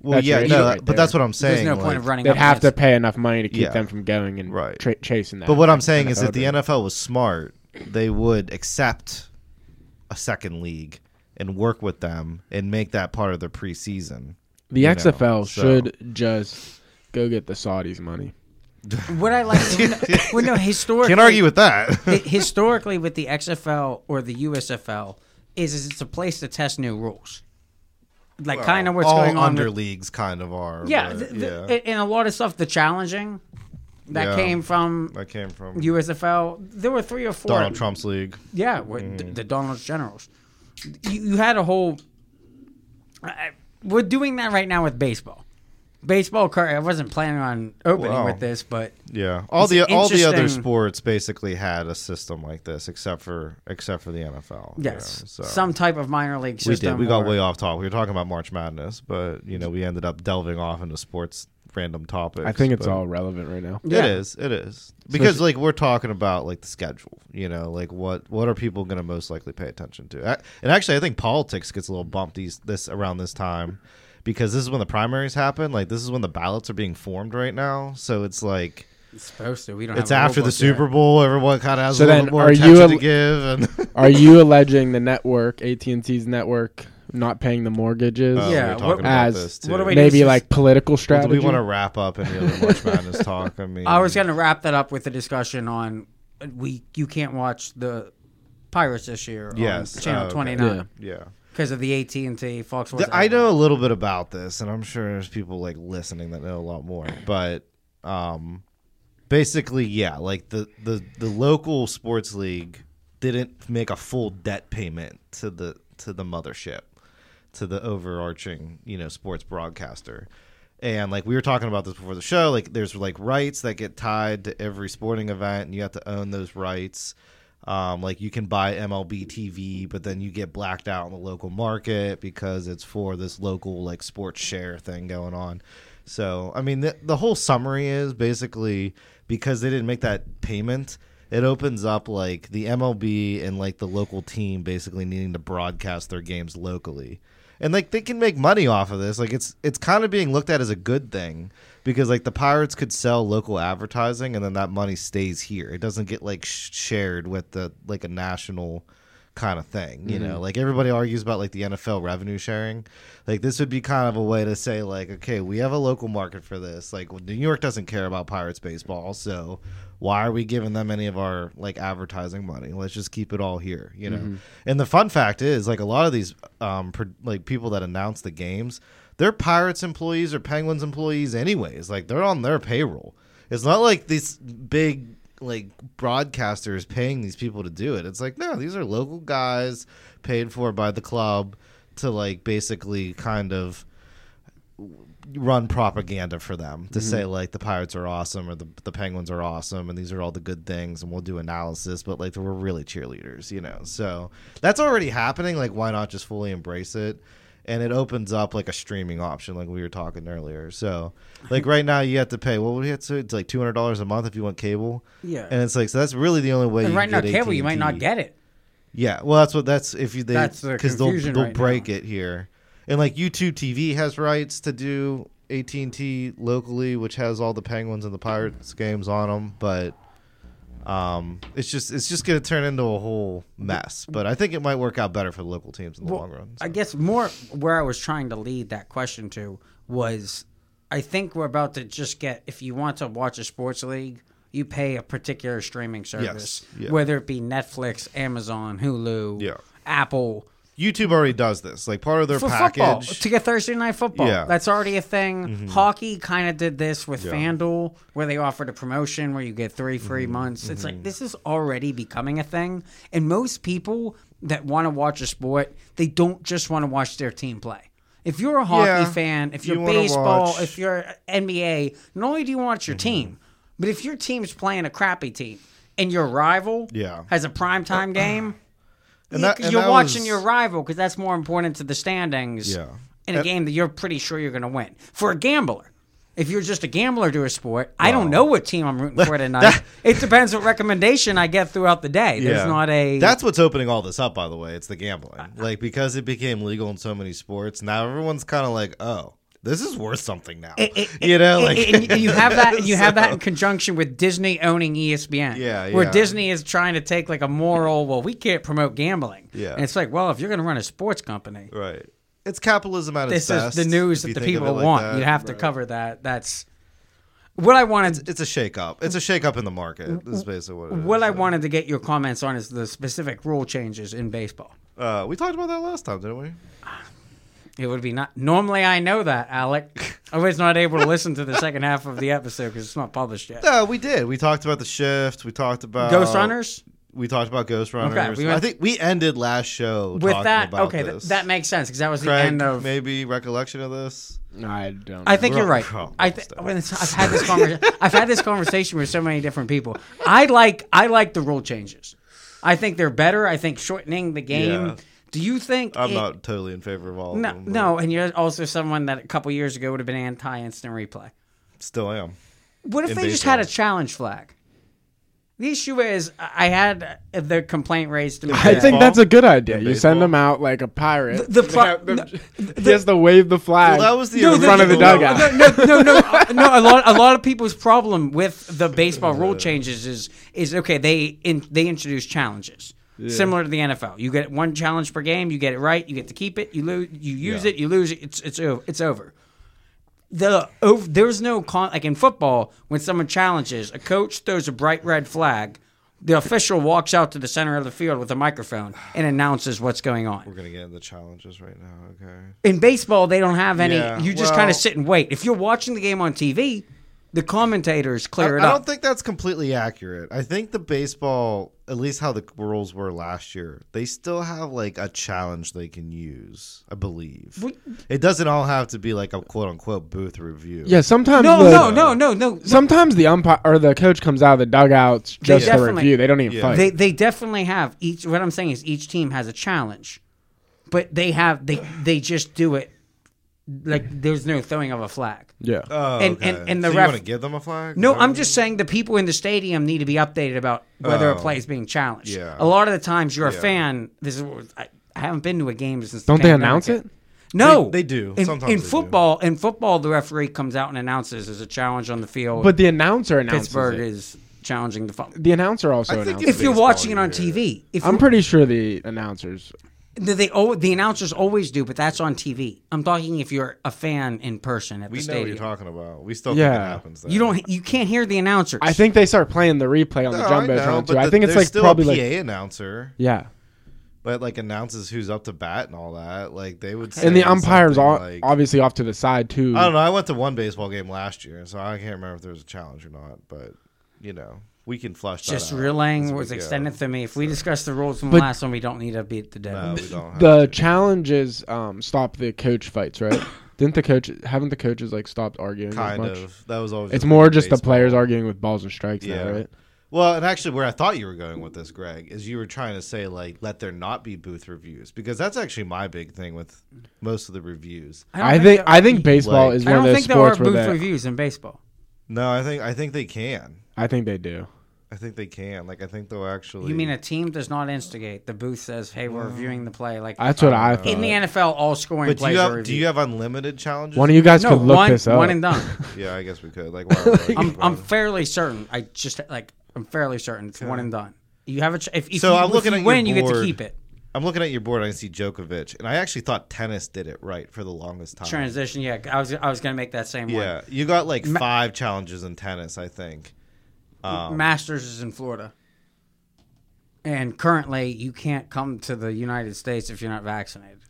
[SPEAKER 1] Well,
[SPEAKER 3] that's
[SPEAKER 1] yeah,
[SPEAKER 3] right.
[SPEAKER 1] no,
[SPEAKER 3] Right
[SPEAKER 1] but
[SPEAKER 3] there.
[SPEAKER 1] that's what I'm
[SPEAKER 2] there's
[SPEAKER 1] saying.
[SPEAKER 2] no point
[SPEAKER 1] like-
[SPEAKER 2] of running.
[SPEAKER 3] They'd
[SPEAKER 2] up
[SPEAKER 3] have to
[SPEAKER 2] against-
[SPEAKER 3] pay enough money to keep
[SPEAKER 1] Yeah.
[SPEAKER 3] them from going and
[SPEAKER 1] Right.
[SPEAKER 3] tra- chasing that.
[SPEAKER 1] But what I'm saying is,
[SPEAKER 3] NFL
[SPEAKER 1] if the
[SPEAKER 3] doing.
[SPEAKER 1] NFL was smart, they would accept a second league and work with them and make that part of their preseason.
[SPEAKER 3] the
[SPEAKER 1] you know,
[SPEAKER 3] XFL
[SPEAKER 1] so-
[SPEAKER 3] should just go get the Saudis money.
[SPEAKER 2] What
[SPEAKER 1] [laughs]
[SPEAKER 2] I like, well, no, historically,
[SPEAKER 1] Can't argue with that. [laughs]
[SPEAKER 2] hi- historically with the XFL or the USFL is, is it's a place to test new rules, like kind of what's
[SPEAKER 1] All
[SPEAKER 2] going on
[SPEAKER 1] under
[SPEAKER 2] with
[SPEAKER 1] leagues kind of are.
[SPEAKER 2] Yeah,
[SPEAKER 1] but,
[SPEAKER 2] th- th-
[SPEAKER 1] yeah.
[SPEAKER 2] a- and a lot of stuff, the challenging that
[SPEAKER 1] Yeah.
[SPEAKER 2] came from
[SPEAKER 1] that came from
[SPEAKER 2] USFL. There were three or four.
[SPEAKER 1] Donald Mm. Trump's league.
[SPEAKER 2] Yeah, with th- the Donald's generals. You, you had a whole. I, we're doing that right now with baseball. Baseball, cur- I wasn't planning on opening
[SPEAKER 1] Wow.
[SPEAKER 2] with this, but
[SPEAKER 1] Yeah, all
[SPEAKER 2] It's
[SPEAKER 1] the all the other
[SPEAKER 2] interesting-
[SPEAKER 1] sports basically had a system like this, except for except for the NFL. you
[SPEAKER 2] yes,
[SPEAKER 1] know, so.
[SPEAKER 2] some type of minor league
[SPEAKER 1] we
[SPEAKER 2] system.
[SPEAKER 1] did. We got
[SPEAKER 2] or-
[SPEAKER 1] way off topic. We were talking about March Madness, but you know we ended up delving off into sports random topics.
[SPEAKER 3] I think it's
[SPEAKER 1] but-
[SPEAKER 3] all relevant right now.
[SPEAKER 1] It
[SPEAKER 2] Yeah.
[SPEAKER 1] is. It is because like we're talking about like the schedule. You know, like what what are people going to most likely pay attention to? A- And actually, I think politics gets a little bumped these this around this time because this is when the primaries happen. Like this is when the ballots are being formed right now. So it's like.
[SPEAKER 2] It's supposed to. We don't.
[SPEAKER 1] It's
[SPEAKER 2] have a
[SPEAKER 1] after
[SPEAKER 2] rule
[SPEAKER 1] the
[SPEAKER 2] book yet.
[SPEAKER 1] Super Bowl. Everyone kind of has a
[SPEAKER 3] So
[SPEAKER 1] little
[SPEAKER 3] then,
[SPEAKER 1] more
[SPEAKER 3] are
[SPEAKER 1] attention
[SPEAKER 3] you
[SPEAKER 1] to
[SPEAKER 3] al-
[SPEAKER 1] give. And
[SPEAKER 3] [laughs]
[SPEAKER 1] [laughs]
[SPEAKER 3] Are you alleging the network, AT and T's network, not paying the mortgages?
[SPEAKER 1] Oh, we were
[SPEAKER 2] Yeah,
[SPEAKER 1] talking
[SPEAKER 2] what-
[SPEAKER 1] about
[SPEAKER 3] As-
[SPEAKER 1] this,
[SPEAKER 2] what
[SPEAKER 1] too.
[SPEAKER 2] do we-
[SPEAKER 3] Maybe
[SPEAKER 2] Wait,
[SPEAKER 3] like political
[SPEAKER 1] Well, do
[SPEAKER 3] strategy.
[SPEAKER 1] we want to wrap up any other March Madness talk? I mean,
[SPEAKER 2] [laughs] I was going to wrap that up with a discussion on we. You can't watch the Pirates this year
[SPEAKER 1] Yes.
[SPEAKER 2] on Channel
[SPEAKER 1] Oh, okay.
[SPEAKER 2] Twenty Nine
[SPEAKER 3] Yeah.
[SPEAKER 1] yeah.
[SPEAKER 2] because of the AT and T Fox.
[SPEAKER 1] Th- I know a little bit about this, and I'm sure there's people like listening that know a lot more. But um, basically, yeah, like the the the local sports league didn't make a full debt payment to the to the mothership, to the overarching you know sports broadcaster. And like we were talking about this before the show, like there's like rights that get tied to every sporting event, and you have to own those rights. Um, like you can buy MLB TV, but then you get blacked out in the local market because it's for this local like sports share thing going on. So I mean, the, the whole summary is basically because they didn't make that payment, it opens up like the MLB and like the local team basically needing to broadcast their games locally. And like they can make money off of this. Like it's it's kind of being looked at as a good thing because like the Pirates could sell local advertising and then that money stays here. It doesn't get like sh- shared with the like a national kind of thing. You know, like everybody argues about like the NFL revenue sharing. Like this would be kind of a way to say like, okay, we have a local market for this. Like well, New York doesn't care about Pirates baseball, so why are we giving them any of our like advertising money? Let's just keep it all here. You know. And the fun fact is, like a lot of these um pro- like people that announce the games. They're Pirates employees or Penguins employees, anyways. Like they're on their payroll. It's not like these big like broadcasters paying these people to do it. It's like no, these are local guys paid for by the club to like basically kind of run propaganda for them
[SPEAKER 2] Mm-hmm.
[SPEAKER 1] to say like the pirates are awesome or the the penguins are awesome and these are all the good things and we'll do analysis but like we're really cheerleaders you know so that's already happening like why not just fully embrace it and it opens up like a streaming option like we were talking earlier so like right now you have to pay what would we have to it's like $200 a month if you want cable
[SPEAKER 2] Yeah.
[SPEAKER 1] and it's like so that's really the only way
[SPEAKER 2] And
[SPEAKER 1] you
[SPEAKER 2] right now,
[SPEAKER 1] can get
[SPEAKER 2] cable, you might not
[SPEAKER 1] AT&T.
[SPEAKER 2] get it.
[SPEAKER 1] Yeah, well, that's what that's if you they
[SPEAKER 2] That's the
[SPEAKER 1] because they'll
[SPEAKER 2] confusion
[SPEAKER 1] they'll
[SPEAKER 2] right
[SPEAKER 1] break it here, and like YouTube TV has rights to do AT and T locally, which has all the Penguins and the Pirates games on them, but um, it's just it's just gonna turn into a whole mess. But I think it might work out better for the local teams in the long run.
[SPEAKER 2] I guess more where I was trying to lead that question to was I think we're about to just get if you want to watch a sports league, you pay a particular streaming service,
[SPEAKER 1] yeah.
[SPEAKER 2] whether it be Netflix, Amazon, Hulu,
[SPEAKER 1] Yeah.
[SPEAKER 2] Apple.
[SPEAKER 1] YouTube already does this, like part of their
[SPEAKER 2] For football,
[SPEAKER 1] package.
[SPEAKER 2] to get Thursday night football,
[SPEAKER 1] Yeah. Mm-hmm.
[SPEAKER 2] that's already a thing. Hockey kind of did this with FanDuel, where they offered a promotion where you get three free
[SPEAKER 1] Mm-hmm.
[SPEAKER 2] months. It's like this is already becoming a thing, and most people that want to watch a sport, they don't just want to watch their team play. If you're a hockey
[SPEAKER 1] Yeah.
[SPEAKER 2] fan, if you're
[SPEAKER 1] You wanna
[SPEAKER 2] baseball,
[SPEAKER 1] watch- Mm-hmm.
[SPEAKER 2] if you're NBA, not only do you want your team, but if your team's playing a crappy team and your rival
[SPEAKER 1] Yeah.
[SPEAKER 2] has
[SPEAKER 1] [clears throat]
[SPEAKER 2] a primetime game.
[SPEAKER 1] And
[SPEAKER 2] Yeah,
[SPEAKER 1] that-
[SPEAKER 2] 'cause
[SPEAKER 1] and
[SPEAKER 2] you're
[SPEAKER 1] that
[SPEAKER 2] watching
[SPEAKER 1] was-
[SPEAKER 2] your rival because that's more important to the standings.
[SPEAKER 1] Yeah.
[SPEAKER 2] In a
[SPEAKER 1] And-
[SPEAKER 2] game that you're pretty sure you're going to win. For a gambler, if you're just a gambler to a sport, I don't know what team I'm rooting
[SPEAKER 1] [laughs]
[SPEAKER 2] for tonight. it depends what recommendation I get throughout the day. There's not a. Uh,
[SPEAKER 1] That's what's opening all this up, by the way. It's the gambling. Like because it became legal in so many sports, now everyone's kind of like, oh, this is worth something now. you know, like
[SPEAKER 2] and and you have that. and You
[SPEAKER 1] [laughs]
[SPEAKER 2] have that in conjunction with Disney owning E ESPN.
[SPEAKER 1] Yeah,
[SPEAKER 2] Where
[SPEAKER 1] yeah.
[SPEAKER 2] Disney is trying to take like a moral. Well, we can't promote gambling.
[SPEAKER 1] Yeah.
[SPEAKER 2] And it's like, well, if you're going to run a sports company,
[SPEAKER 1] [laughs] right. It's capitalism at its
[SPEAKER 2] this
[SPEAKER 1] best.
[SPEAKER 2] is the news
[SPEAKER 1] if you
[SPEAKER 2] that the
[SPEAKER 1] think of it
[SPEAKER 2] people
[SPEAKER 1] like
[SPEAKER 2] want.
[SPEAKER 1] that.
[SPEAKER 2] You have to cover that. That's what I wanted.
[SPEAKER 1] It's a shakeup. It's a shakeup in the market. Is basically what it is.
[SPEAKER 2] What I wanted to get your comments on is the specific rule changes in baseball.
[SPEAKER 1] Uh, we talked about that last time, didn't we?
[SPEAKER 2] It would be not normally I know that Alec. I was not able to listen to the second half of the episode because it's not published yet.
[SPEAKER 1] No, we did. We talked about the shift. We talked about
[SPEAKER 2] Ghost Runners.
[SPEAKER 1] We talked about ghost runners.
[SPEAKER 2] we went-
[SPEAKER 1] I think we ended last show
[SPEAKER 2] With
[SPEAKER 1] talking
[SPEAKER 2] that,
[SPEAKER 1] about
[SPEAKER 2] okay, th-
[SPEAKER 1] this.
[SPEAKER 2] that makes sense because that was
[SPEAKER 1] Craig,
[SPEAKER 2] the end of.
[SPEAKER 1] maybe recollection of this.
[SPEAKER 3] I don't.
[SPEAKER 2] I think
[SPEAKER 1] We're
[SPEAKER 2] you're
[SPEAKER 1] on-
[SPEAKER 2] right.
[SPEAKER 1] we're on
[SPEAKER 2] I
[SPEAKER 1] this
[SPEAKER 2] th-
[SPEAKER 1] stuff.
[SPEAKER 2] when it's- I've had this conversation. I've had this conversation with so many different people. I like I like the rule changes. I think they're better. I think shortening the game.
[SPEAKER 1] Yeah.
[SPEAKER 2] Do you think
[SPEAKER 1] I'm
[SPEAKER 2] it-
[SPEAKER 1] not totally in favor of all
[SPEAKER 2] No,
[SPEAKER 1] of them. but
[SPEAKER 2] no, and you're also someone that a couple years ago would have been anti instant replay.
[SPEAKER 1] Still am.
[SPEAKER 2] What if
[SPEAKER 1] In
[SPEAKER 2] they just had a
[SPEAKER 1] baseball.
[SPEAKER 2] challenge flag? The issue is, I I had uh, the complaint raised to me.
[SPEAKER 3] I
[SPEAKER 2] that-
[SPEAKER 3] think that's a good idea. You
[SPEAKER 1] baseball.
[SPEAKER 3] send them out like a pirate.
[SPEAKER 2] The- the pro-
[SPEAKER 3] Have [laughs] them- he has to wave the flag.
[SPEAKER 1] Well, that was the
[SPEAKER 3] in front of the
[SPEAKER 1] original-
[SPEAKER 3] dugout.
[SPEAKER 2] no, no, no, uh, no. A lot, a lot of people's problem with the baseball rule changes is is okay. They in, they introduce challenges similar to the NFL. You get one challenge per game. You get it right. You get to keep it. You lose. You use
[SPEAKER 1] Yeah.
[SPEAKER 2] it. You lose it. It's it's over. It's over. The ov there's no con like in football when someone challenges a coach throws a bright red flag. The official walks out to the center of the field with a microphone and announces what's going on
[SPEAKER 1] We're gonna get into challenges right now. Okay.
[SPEAKER 2] in baseball they don't have any
[SPEAKER 1] Yeah,
[SPEAKER 2] you just
[SPEAKER 1] well-
[SPEAKER 2] kind of sit and wait if you're watching the game on tv the commentators clear
[SPEAKER 1] I,
[SPEAKER 2] it
[SPEAKER 1] I
[SPEAKER 2] up
[SPEAKER 1] don't think that's completely accurate. I think the baseball, at least how the rules were last year, they still have like a challenge they can use. I believe it doesn't all have to be like a quote unquote booth review.
[SPEAKER 3] yeah, sometimes
[SPEAKER 2] no
[SPEAKER 3] the,
[SPEAKER 2] no no no no
[SPEAKER 3] Sometimes the umpire or the coach comes out of the dugouts just to
[SPEAKER 2] definitely-
[SPEAKER 3] review. They don't even
[SPEAKER 1] Yeah.
[SPEAKER 3] fight.
[SPEAKER 2] they, they definitely have each what i'm saying is each team has a challenge but they have they they just do it like there's no throwing of a flag.
[SPEAKER 3] Yeah.
[SPEAKER 1] Oh,
[SPEAKER 2] And-
[SPEAKER 1] okay.
[SPEAKER 2] and- and the
[SPEAKER 1] so
[SPEAKER 2] ref-
[SPEAKER 1] you want to give them a flag?
[SPEAKER 2] No,
[SPEAKER 1] Is that
[SPEAKER 2] I'm
[SPEAKER 1] what-
[SPEAKER 2] just saying the people in the stadium need to be updated about whether
[SPEAKER 1] Oh.
[SPEAKER 2] a play is being challenged.
[SPEAKER 1] Yeah.
[SPEAKER 2] A lot of the times you're a
[SPEAKER 1] Yeah.
[SPEAKER 2] fan. This is what, I, I haven't been to a game since. the
[SPEAKER 3] Don't they
[SPEAKER 2] pandemic.
[SPEAKER 3] announce it?
[SPEAKER 2] No,
[SPEAKER 1] They- they do.
[SPEAKER 2] In,
[SPEAKER 1] Sometimes
[SPEAKER 2] in
[SPEAKER 1] they do.
[SPEAKER 2] football, in football, the referee comes out and announces there's a challenge on the field.
[SPEAKER 3] But the announcer announces
[SPEAKER 2] Pittsburgh
[SPEAKER 3] it.
[SPEAKER 2] is challenging the. Fu-
[SPEAKER 3] The announcer also
[SPEAKER 1] think
[SPEAKER 3] announces.
[SPEAKER 1] it's-
[SPEAKER 2] if you're
[SPEAKER 1] Baseball,
[SPEAKER 2] watching it on
[SPEAKER 1] yeah.
[SPEAKER 2] TV, if
[SPEAKER 3] I'm
[SPEAKER 2] you're-
[SPEAKER 3] pretty sure the announcers.
[SPEAKER 2] they al- the announcers always do, but that's on TV. I'm talking if you're a fan in person at
[SPEAKER 1] We
[SPEAKER 2] the
[SPEAKER 1] know what you're
[SPEAKER 2] stadium.
[SPEAKER 1] talking about. We still think
[SPEAKER 3] Yeah.
[SPEAKER 1] it happens. Though.
[SPEAKER 2] You don't. You can't hear the announcers.
[SPEAKER 3] I think they start playing the replay
[SPEAKER 1] No,
[SPEAKER 3] on the
[SPEAKER 1] I know,
[SPEAKER 3] jumbotron
[SPEAKER 1] but
[SPEAKER 3] too. I
[SPEAKER 1] the-
[SPEAKER 3] think it's
[SPEAKER 1] there's
[SPEAKER 3] like
[SPEAKER 1] still
[SPEAKER 3] probably
[SPEAKER 1] a PA
[SPEAKER 3] like
[SPEAKER 1] announcer
[SPEAKER 3] yeah.
[SPEAKER 1] that like announces who's up to bat and all that. Like they would.
[SPEAKER 3] And the
[SPEAKER 1] say
[SPEAKER 3] umpire's
[SPEAKER 1] something
[SPEAKER 3] all,
[SPEAKER 1] like,
[SPEAKER 3] obviously off to the side too.
[SPEAKER 1] I don't know. I went to one baseball game last year, so I can't remember if there was a challenge or not. But you know, we can flush that
[SPEAKER 2] just
[SPEAKER 1] out as
[SPEAKER 2] relaying
[SPEAKER 1] we
[SPEAKER 2] was
[SPEAKER 1] go.
[SPEAKER 2] extended to me. If we discuss the rules from
[SPEAKER 3] But-
[SPEAKER 2] last one, we don't need to beat the dead.
[SPEAKER 1] No, we don't have
[SPEAKER 3] [laughs] The
[SPEAKER 1] to.
[SPEAKER 3] challenges um, stop the coach
[SPEAKER 1] [coughs]
[SPEAKER 3] fights, right? Didn't the coach? Haven't the coaches like stopped arguing as
[SPEAKER 1] kind
[SPEAKER 3] much?
[SPEAKER 1] of that was always.
[SPEAKER 3] It's more just the
[SPEAKER 1] baseball.
[SPEAKER 3] players arguing with balls and strikes now,
[SPEAKER 1] Yeah.
[SPEAKER 3] right?
[SPEAKER 1] Well, and actually, where I thought you were going with this, Greg, is you were trying to say like let there not be booth reviews because that's actually my big thing with most of the reviews.
[SPEAKER 2] I, don't
[SPEAKER 3] I think
[SPEAKER 2] there-
[SPEAKER 3] I think baseball
[SPEAKER 1] Like-
[SPEAKER 3] is
[SPEAKER 2] I
[SPEAKER 3] one of
[SPEAKER 2] don't
[SPEAKER 3] those
[SPEAKER 2] think there are
[SPEAKER 3] sports where
[SPEAKER 2] booth
[SPEAKER 3] they,
[SPEAKER 2] reviews in baseball.
[SPEAKER 1] No, I think I think they can.
[SPEAKER 3] I think they do.
[SPEAKER 1] I think they can. Like I think they'll actually.
[SPEAKER 2] You mean a team does not instigate? The booth says, "Hey, we're reviewing the play." Like
[SPEAKER 3] That's what I thought.
[SPEAKER 2] in the NFL, all scoring
[SPEAKER 1] Uh, But do
[SPEAKER 2] plays
[SPEAKER 1] you
[SPEAKER 2] are
[SPEAKER 1] have do
[SPEAKER 2] reviewed.
[SPEAKER 1] you have unlimited challenges?
[SPEAKER 3] One of you guys
[SPEAKER 2] no,
[SPEAKER 3] could look
[SPEAKER 2] one,
[SPEAKER 3] this up.
[SPEAKER 2] one and done.
[SPEAKER 3] [laughs]
[SPEAKER 1] Yeah, I guess we could. Like,
[SPEAKER 2] [laughs]
[SPEAKER 1] why would I
[SPEAKER 2] I'm, I'm
[SPEAKER 1] bother?
[SPEAKER 2] fairly certain. I just like I'm fairly certain it's one and done. You have a ch- if, if
[SPEAKER 1] So
[SPEAKER 2] you,
[SPEAKER 1] I'm
[SPEAKER 2] if
[SPEAKER 1] looking
[SPEAKER 2] you
[SPEAKER 1] at your
[SPEAKER 2] win, you get to
[SPEAKER 1] board.
[SPEAKER 2] keep it.
[SPEAKER 1] I'm looking at your board. and I see Djokovic, and I actually thought tennis did it right for the longest time.
[SPEAKER 2] Transition. Yeah, I was I was gonna make that same
[SPEAKER 1] yeah, you got like five challenges in tennis, I think. um,
[SPEAKER 2] one. Masters is in Florida, and currently you can't come to the United States if you're not vaccinated.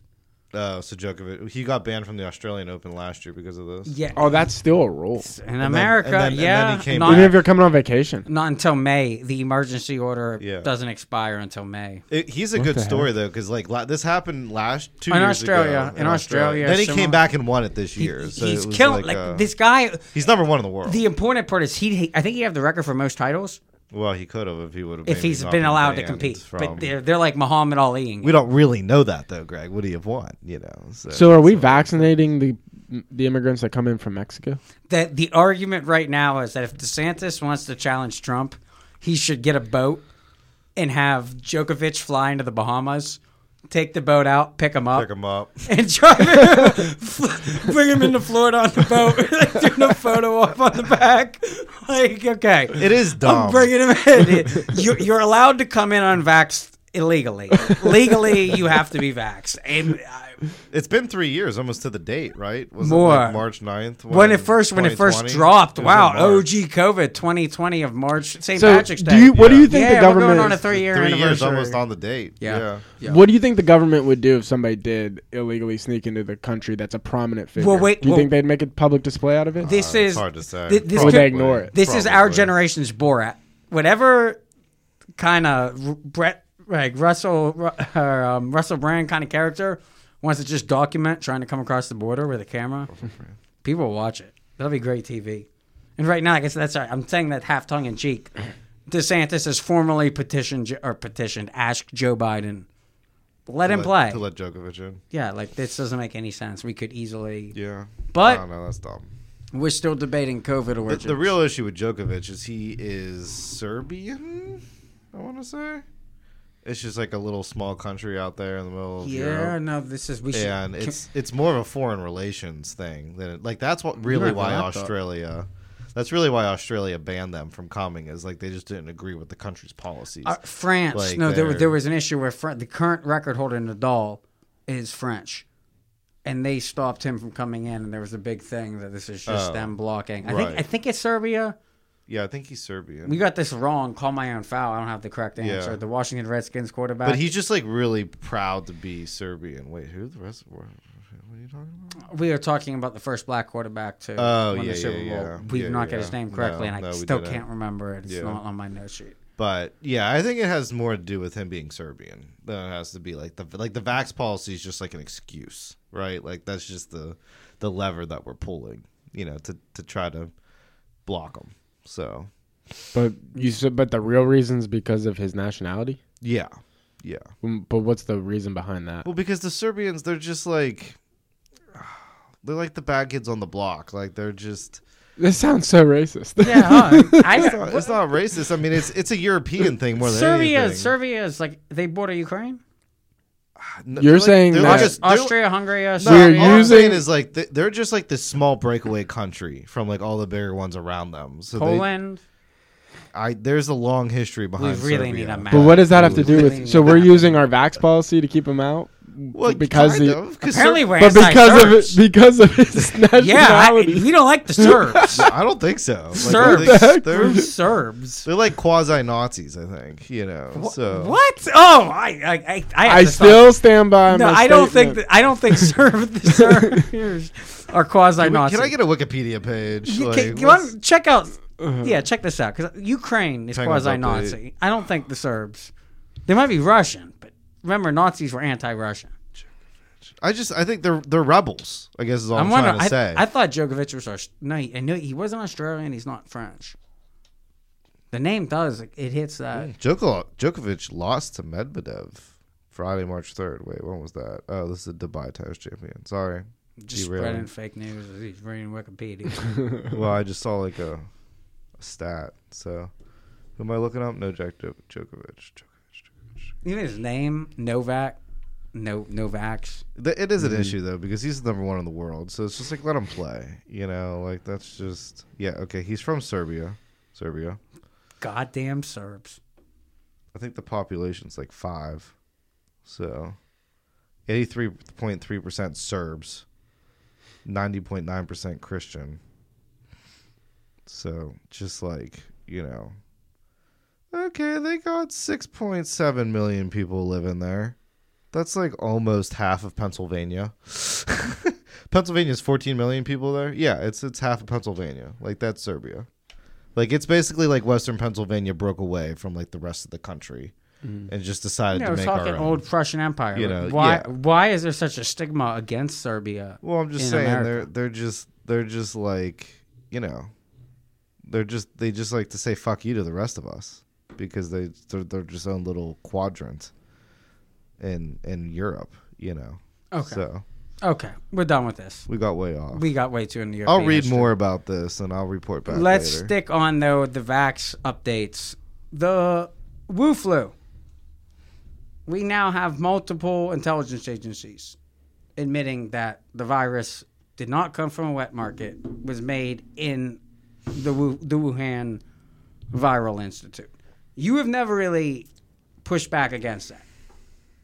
[SPEAKER 1] Uh, so Djokovic, he got banned from the Australian Open last year because of this.
[SPEAKER 2] Yeah,
[SPEAKER 3] oh, that's still a rule.
[SPEAKER 2] in America,
[SPEAKER 1] and then- and
[SPEAKER 2] yeah,
[SPEAKER 1] then he came
[SPEAKER 2] not,
[SPEAKER 1] back.
[SPEAKER 3] Even if you're coming on vacation.
[SPEAKER 2] not until May. The emergency order
[SPEAKER 1] Yeah.
[SPEAKER 2] doesn't expire until May.
[SPEAKER 1] It- he's a good story though, because like la- this happened last two
[SPEAKER 2] In
[SPEAKER 1] years
[SPEAKER 2] Australia,
[SPEAKER 1] ago
[SPEAKER 2] in Australia,
[SPEAKER 1] Then he
[SPEAKER 2] similar-
[SPEAKER 1] came back and won it this year. so
[SPEAKER 2] he's
[SPEAKER 1] it was
[SPEAKER 2] killing
[SPEAKER 1] like, uh,
[SPEAKER 2] like, this guy.
[SPEAKER 1] He's number one in the world.
[SPEAKER 2] The important part is he. I think he have the record for most titles
[SPEAKER 1] well, he could have if he would have.
[SPEAKER 2] if
[SPEAKER 1] maybe
[SPEAKER 2] he's
[SPEAKER 1] not
[SPEAKER 2] been allowed to
[SPEAKER 1] banned
[SPEAKER 2] compete.
[SPEAKER 1] from-
[SPEAKER 2] But they're, they're like Muhammad Ali.
[SPEAKER 1] we don't really know that though, Greg. Would he have won? You know. So,
[SPEAKER 3] So are we vaccinating the the immigrants that come in from Mexico?
[SPEAKER 2] The, the argument right now is that if DeSantis wants to challenge Trump, he should get a boat and have Djokovic fly into the Bahamas, take the boat out, pick him up,
[SPEAKER 1] pick him up.
[SPEAKER 2] and try to bring him [laughs] into Florida on the boat, [laughs] like, doing a photo op on the back. Like, okay.
[SPEAKER 1] It is dumb.
[SPEAKER 2] [laughs]
[SPEAKER 3] Um,
[SPEAKER 2] I'm bringing him
[SPEAKER 3] [laughs]
[SPEAKER 2] in. You're, you're allowed to come in unvaxxed illegally. Legally, you have to be vaxxed. And uh, I,
[SPEAKER 1] It's been three years, almost to the date, right? Was
[SPEAKER 2] More.
[SPEAKER 1] it like March 9th?
[SPEAKER 2] when it first when it first
[SPEAKER 1] 2020?
[SPEAKER 2] dropped,
[SPEAKER 1] It was
[SPEAKER 2] wow,
[SPEAKER 1] in March.
[SPEAKER 2] OG COVID 2020 of March, St.
[SPEAKER 3] So
[SPEAKER 2] Patrick's Day.
[SPEAKER 3] do you what do you
[SPEAKER 1] Yeah.
[SPEAKER 3] think
[SPEAKER 2] yeah,
[SPEAKER 3] the
[SPEAKER 2] we're
[SPEAKER 3] government
[SPEAKER 2] going on a three year
[SPEAKER 1] Three
[SPEAKER 2] anniversary.
[SPEAKER 1] years almost on the date.
[SPEAKER 2] Yeah.
[SPEAKER 1] Yeah.
[SPEAKER 3] What do you think the government would do if somebody did illegally sneak into the country that's a prominent figure?
[SPEAKER 2] Well, wait,
[SPEAKER 3] do you
[SPEAKER 2] well-
[SPEAKER 3] think they'd make a public display out of it?
[SPEAKER 2] This
[SPEAKER 1] Uh,
[SPEAKER 2] is
[SPEAKER 1] it's hard to say.
[SPEAKER 2] thi- this
[SPEAKER 3] Or would
[SPEAKER 2] could-
[SPEAKER 3] they ignore it?
[SPEAKER 2] This is our
[SPEAKER 1] Probably.
[SPEAKER 2] generation's Borat. Whatever kind of Brett, like Russell, Ru- [laughs] or, um, Russell Brand kind of character wants to just document trying to come across the border with
[SPEAKER 1] [laughs]
[SPEAKER 2] a camera. People will watch it. That'll be great TV. And right now, I guess that's I'm saying that half tongue
[SPEAKER 1] [clears throat]
[SPEAKER 2] in cheek. DeSantis has formally petitioned Jo- or petitioned, asked Joe Biden, let him
[SPEAKER 1] Let-
[SPEAKER 2] play.
[SPEAKER 1] To let Djokovic in.
[SPEAKER 2] yeah, like this doesn't make any sense. We could easily.
[SPEAKER 1] Yeah.
[SPEAKER 2] But-
[SPEAKER 1] I don't know. That's dumb.
[SPEAKER 2] We're still debating COVID
[SPEAKER 1] The,
[SPEAKER 2] origin.
[SPEAKER 1] the real issue with Djokovic is he is Serbian, I want to say. It's just like a little small country out there in the middle of
[SPEAKER 2] Yeah,
[SPEAKER 1] Europe.
[SPEAKER 2] no, this is we should. [laughs]
[SPEAKER 1] and
[SPEAKER 2] can-
[SPEAKER 1] it's it's more of a foreign relations thing than it, like that's what really
[SPEAKER 2] have a
[SPEAKER 1] why
[SPEAKER 2] laptop.
[SPEAKER 1] Australia that's really why Australia banned them from coming is like they just didn't agree with the country's policies.
[SPEAKER 2] uh, France.
[SPEAKER 1] like
[SPEAKER 2] no, there was
[SPEAKER 1] they're-
[SPEAKER 2] there was an issue where Fran- the current record holder Nadal is French, and they stopped him from coming in, and there was a big thing that this is just
[SPEAKER 1] Oh,
[SPEAKER 2] them blocking. I think
[SPEAKER 1] right.
[SPEAKER 2] I think it's Serbia.
[SPEAKER 1] yeah, I think he's Serbian.
[SPEAKER 2] We got this wrong. Call my own foul. I don't have the correct answer. The Washington Redskins quarterback.
[SPEAKER 1] but he's just like really proud to be Serbian. Wait, who the rest? What, what are you talking about?
[SPEAKER 2] we are talking about the first black quarterback to
[SPEAKER 1] Oh,
[SPEAKER 2] win
[SPEAKER 1] yeah,
[SPEAKER 2] the Super
[SPEAKER 1] yeah,
[SPEAKER 2] Bowl.
[SPEAKER 1] yeah.
[SPEAKER 2] We
[SPEAKER 1] Yeah,
[SPEAKER 2] did not get
[SPEAKER 1] yeah.
[SPEAKER 2] his name correctly,
[SPEAKER 1] No,
[SPEAKER 2] and I
[SPEAKER 1] no, we
[SPEAKER 2] still
[SPEAKER 1] didn't.
[SPEAKER 2] can't remember it. It's
[SPEAKER 1] Yeah.
[SPEAKER 2] not on my note sheet.
[SPEAKER 1] But yeah, I think it has more to do with him being Serbian than it has to be like the like the vax policy is just like an excuse, right? Like that's just the the lever that we're pulling, you know, to to try to block him. So
[SPEAKER 3] But you said, but the real reason's because of his nationality. Um,
[SPEAKER 1] yeah, yeah.
[SPEAKER 3] Mm, But what's the reason behind that?
[SPEAKER 1] Well, because the Serbians, they're just like [sighs] they're like the bad kids on the block. Like they're just
[SPEAKER 3] This sounds so racist.
[SPEAKER 2] Yeah, huh? [laughs] I,
[SPEAKER 1] it's not, it's not racist. I mean, it's it's a European thing more than
[SPEAKER 2] Serbia,
[SPEAKER 1] anything.
[SPEAKER 2] Serbia is like they border Ukraine,
[SPEAKER 1] No,
[SPEAKER 3] You're
[SPEAKER 1] they're like-
[SPEAKER 3] saying
[SPEAKER 1] they're like
[SPEAKER 3] that-
[SPEAKER 1] a- they're-
[SPEAKER 2] Austria, Hungary,
[SPEAKER 1] No,
[SPEAKER 2] Serbia.
[SPEAKER 3] We're
[SPEAKER 1] all I'm saying
[SPEAKER 3] using-
[SPEAKER 1] is like th- they're just like this small breakaway country from like all the bigger ones around them. So they-
[SPEAKER 2] Poland.
[SPEAKER 1] I there's a long history behind.
[SPEAKER 2] really
[SPEAKER 1] Serbia.
[SPEAKER 2] need a map.
[SPEAKER 3] [laughs] But what does that have to do
[SPEAKER 2] Really?
[SPEAKER 3] with? So we're using our vax policy to keep him out.
[SPEAKER 1] Well,
[SPEAKER 3] because
[SPEAKER 1] kind
[SPEAKER 3] the-
[SPEAKER 1] of, 'cause
[SPEAKER 2] Apparently,
[SPEAKER 1] Serb-
[SPEAKER 2] we're
[SPEAKER 3] but because of
[SPEAKER 2] anti-Serbs.
[SPEAKER 3] it, because of his
[SPEAKER 2] [laughs] yeah, I,
[SPEAKER 3] nationality.
[SPEAKER 2] we don't like the
[SPEAKER 1] [laughs]
[SPEAKER 2] Serbs.
[SPEAKER 1] No, I don't think so. Like,
[SPEAKER 2] Serbs,
[SPEAKER 1] I think
[SPEAKER 2] We're
[SPEAKER 1] they're,
[SPEAKER 2] Serbs.
[SPEAKER 1] they're like quasi Nazis. I think you know. so
[SPEAKER 2] What? Oh, I, I, I, I, have
[SPEAKER 3] I
[SPEAKER 2] to stop.
[SPEAKER 3] still stand by.
[SPEAKER 2] No,
[SPEAKER 3] my
[SPEAKER 2] I don't think
[SPEAKER 3] statement.
[SPEAKER 2] that, I don't
[SPEAKER 3] [laughs]
[SPEAKER 2] think Serb, the Serbs are quasi
[SPEAKER 1] Wait,
[SPEAKER 2] Nazi.
[SPEAKER 1] Can I get a Wikipedia page?
[SPEAKER 2] You
[SPEAKER 1] Like,
[SPEAKER 2] can- you
[SPEAKER 1] what's-
[SPEAKER 2] wanna check out?
[SPEAKER 3] Uh-huh.
[SPEAKER 2] Yeah, check this out because Ukraine is
[SPEAKER 1] Hang on,
[SPEAKER 2] quasi Nazi. I don't think the Serbs. They might be Russian, but remember Nazis were anti-Russian.
[SPEAKER 1] I just I think they're they're rebels. I guess is all I'm,
[SPEAKER 2] I'm
[SPEAKER 1] trying
[SPEAKER 2] wondering.
[SPEAKER 1] to say.
[SPEAKER 2] I, I thought Djokovic was Aus- no. he- I knew he wasn't Australian. He's not French. The name does it hits uh, that.
[SPEAKER 1] Djoko- Djokovic lost to Medvedev Friday, March third. Wait, when was that? Oh, this is the Dubai Tennis Champion. Sorry.
[SPEAKER 2] Just
[SPEAKER 1] Derailed.
[SPEAKER 2] spreading fake news. as He's reading Wikipedia. [laughs]
[SPEAKER 1] well, I just saw like a, a stat. So, who am I looking up? No, Jack Djo- Djokovic. Djokovic.
[SPEAKER 2] Even his name Novak, no Novaks.
[SPEAKER 1] Th- It is an issue though because he's the number one in the world. So it's just like let him play. You know, like that's just yeah. Okay, he's from Serbia. Serbia.
[SPEAKER 2] Goddamn Serbs.
[SPEAKER 1] I think the population's like five. So, eighty-three point three percent Serbs, ninety point nine percent Christian. So just like you know, okay, they got six point seven million people living there. That's like almost half of Pennsylvania. [laughs] Pennsylvania's fourteen million people there. Yeah, it's it's half of Pennsylvania. Like that's Serbia. Like it's basically like Western Pennsylvania broke away from like the rest of the country, and just decided
[SPEAKER 2] You
[SPEAKER 1] to
[SPEAKER 2] know,
[SPEAKER 1] make
[SPEAKER 2] talking
[SPEAKER 1] our own.
[SPEAKER 2] old Prussian Empire.
[SPEAKER 1] You
[SPEAKER 2] like,
[SPEAKER 1] know,
[SPEAKER 2] why?
[SPEAKER 1] yeah.
[SPEAKER 2] Why is there such a stigma against Serbia?
[SPEAKER 1] Well, I'm just
[SPEAKER 2] in
[SPEAKER 1] saying
[SPEAKER 2] America.
[SPEAKER 1] they're they're just they're just like you know, they're just they just like to say fuck you to the rest of us because they they're, they're just own little quadrant in in Europe, you know.
[SPEAKER 2] Okay.
[SPEAKER 1] So
[SPEAKER 2] Okay, we're done with this.
[SPEAKER 1] we got way off.
[SPEAKER 2] We got way too into your.
[SPEAKER 1] I'll read more about this and I'll report back.
[SPEAKER 2] Let's
[SPEAKER 1] later.
[SPEAKER 2] stick on though the vax updates. The Wu flu. We now have multiple intelligence agencies admitting that the virus did not come from a wet market, was made in the Wu- the Wuhan Viral Institute. You have never really pushed back against that.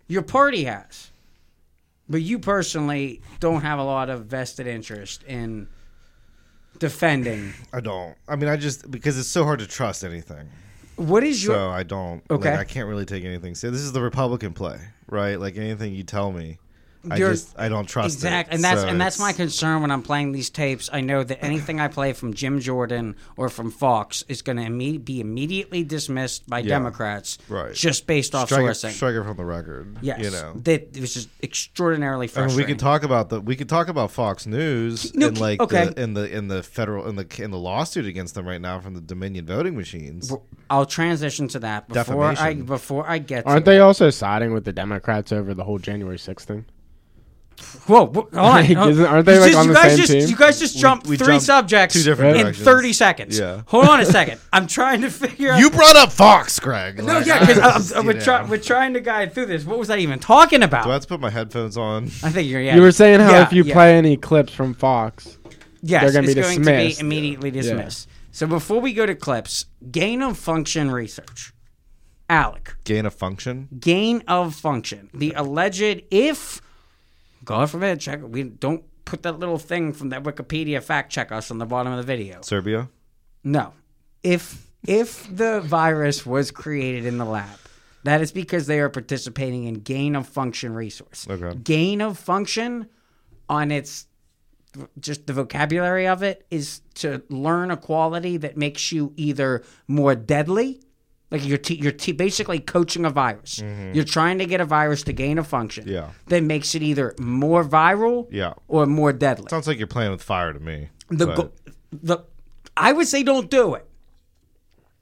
[SPEAKER 2] Your party has, but you personally don't have a lot of vested interest in defending
[SPEAKER 1] I don't. I mean, I just because it's so hard to trust anything.
[SPEAKER 2] What is your
[SPEAKER 1] So I don't.
[SPEAKER 2] Okay.
[SPEAKER 1] Like, I can't really take anything. So this is the Republican play, right? Like anything you tell me, I
[SPEAKER 2] You're-
[SPEAKER 1] just I don't trust.
[SPEAKER 2] exact?
[SPEAKER 1] it.
[SPEAKER 2] And that's
[SPEAKER 1] So
[SPEAKER 2] and that's
[SPEAKER 1] it's-
[SPEAKER 2] my concern when I'm playing these tapes. I know that anything I play from Jim Jordan or from Fox is going to imme- be immediately dismissed by Democrats,
[SPEAKER 1] Right.
[SPEAKER 2] just based off
[SPEAKER 1] strike, it-
[SPEAKER 2] sourcing.
[SPEAKER 1] strike it from the record.
[SPEAKER 2] yes,
[SPEAKER 1] you know.
[SPEAKER 2] that this is extraordinarily
[SPEAKER 1] I mean,
[SPEAKER 2] frustrating.
[SPEAKER 1] we can talk about the we could talk about Fox News
[SPEAKER 2] No,
[SPEAKER 1] and
[SPEAKER 2] keep-
[SPEAKER 1] like
[SPEAKER 2] okay.
[SPEAKER 1] the, in the in the federal in the in the lawsuit against them right now from the Dominion voting machines.
[SPEAKER 2] I'll transition to that before I
[SPEAKER 1] Defamation.
[SPEAKER 2] before I get.
[SPEAKER 3] Aren't
[SPEAKER 2] to
[SPEAKER 3] they also siding with the Democrats over the whole January sixth thing?
[SPEAKER 2] Whoa!
[SPEAKER 3] [laughs]
[SPEAKER 2] whoa hold on.
[SPEAKER 3] Like,
[SPEAKER 2] hold-
[SPEAKER 3] isn't- aren't they,
[SPEAKER 2] you
[SPEAKER 3] like,
[SPEAKER 2] just-
[SPEAKER 3] on
[SPEAKER 2] you
[SPEAKER 3] the
[SPEAKER 2] guys
[SPEAKER 3] same
[SPEAKER 2] just,
[SPEAKER 3] team?
[SPEAKER 2] You guys just jumped
[SPEAKER 1] we
[SPEAKER 2] three
[SPEAKER 1] jumped
[SPEAKER 2] subjects
[SPEAKER 1] two different
[SPEAKER 2] in
[SPEAKER 1] directions.
[SPEAKER 2] thirty seconds.
[SPEAKER 1] Yeah.
[SPEAKER 2] Hold on a second. I'm trying to
[SPEAKER 3] [laughs]
[SPEAKER 2] figure out.
[SPEAKER 1] You brought up Fox, Greg.
[SPEAKER 2] No,
[SPEAKER 1] Like,
[SPEAKER 2] yeah,
[SPEAKER 1] I
[SPEAKER 2] because
[SPEAKER 1] just, you
[SPEAKER 2] we're,
[SPEAKER 1] know.
[SPEAKER 2] try, we're trying to guide through this. What was I even talking about?
[SPEAKER 1] Do I have to put my headphones on?
[SPEAKER 2] I think you're. Yeah,
[SPEAKER 3] You were saying how
[SPEAKER 2] yeah,
[SPEAKER 3] if you
[SPEAKER 2] yeah.
[SPEAKER 3] play any clips from Fox,
[SPEAKER 2] yes,
[SPEAKER 3] they're gonna
[SPEAKER 2] it's
[SPEAKER 3] be
[SPEAKER 2] going
[SPEAKER 3] dismissed.
[SPEAKER 2] to be immediately dismissed. So before we go to clips, gain of function research, Alec.
[SPEAKER 1] Gain of function.
[SPEAKER 2] gain of function. The alleged if God forbid, check we don't put that little thing from that Wikipedia fact check us on the bottom of the video.
[SPEAKER 1] Serbia.
[SPEAKER 2] No. If if the virus was created in the lab, that is because they are participating in gain of function resource.
[SPEAKER 1] Okay.
[SPEAKER 2] Gain of function on its just the vocabulary of it is to learn a quality that makes you either more deadly like you're t- you're t- basically coaching a virus. You're trying to get a virus to gain a function
[SPEAKER 1] Mm-hmm. Yeah.
[SPEAKER 2] that makes it either more viral
[SPEAKER 1] Yeah.
[SPEAKER 2] or more deadly
[SPEAKER 1] Sounds like you're playing with fire to me.
[SPEAKER 2] the
[SPEAKER 1] but
[SPEAKER 2] go- the I would say don't do it.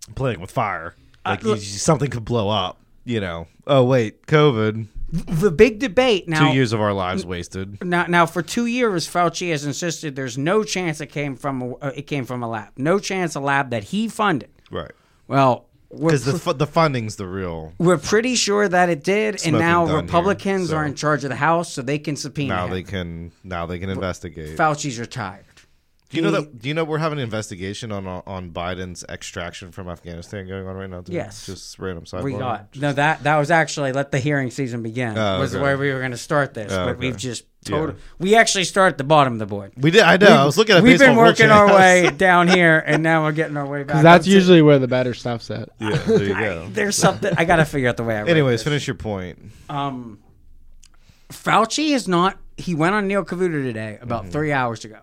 [SPEAKER 2] Uh,
[SPEAKER 1] playing with fire. Like you- something could blow up. You know. Oh wait, COVID.
[SPEAKER 2] the big debate now.
[SPEAKER 1] Two years of our lives wasted.
[SPEAKER 2] Now, now for two years, Fauci has insisted there's no chance it came from a, uh, it came from a lab. No chance a lab that he funded.
[SPEAKER 1] Right.
[SPEAKER 2] Well, we're,
[SPEAKER 1] Because the, fu- the funding's the real.
[SPEAKER 2] we're pretty sure that it did, and
[SPEAKER 1] Smoking
[SPEAKER 2] now
[SPEAKER 1] gun here,
[SPEAKER 2] Republicans
[SPEAKER 1] so-
[SPEAKER 2] are in charge of the House, so they can subpoena
[SPEAKER 1] Now
[SPEAKER 2] him.
[SPEAKER 1] they can now they can investigate.
[SPEAKER 2] Fauci's retired.
[SPEAKER 1] Do you know that? Do you know we're having an investigation on on Biden's extraction from Afghanistan going on right now? Too?
[SPEAKER 2] Yes.
[SPEAKER 1] Just random sidebar.
[SPEAKER 2] We got no that that was actually let the hearing season begin
[SPEAKER 1] Oh,
[SPEAKER 2] was
[SPEAKER 1] okay. Oh,
[SPEAKER 2] where we were going to start this, but
[SPEAKER 1] okay.
[SPEAKER 2] we've just total. We actually start at the bottom of the board.
[SPEAKER 1] We did. I know. I was looking at.
[SPEAKER 2] We've been
[SPEAKER 1] baseball
[SPEAKER 2] working our
[SPEAKER 1] wheelchairs.
[SPEAKER 2] way down here, and now we're getting our way back.
[SPEAKER 3] that's
[SPEAKER 2] up to-
[SPEAKER 3] usually where the better stuff's at.
[SPEAKER 1] [laughs] yeah. There you
[SPEAKER 2] [laughs]
[SPEAKER 1] go.
[SPEAKER 2] there's something I gotta figure out the way. I read
[SPEAKER 1] Anyways,
[SPEAKER 2] this.
[SPEAKER 1] finish your point.
[SPEAKER 2] um, Fauci is not. He went on Neil Cavuto today about three hours ago,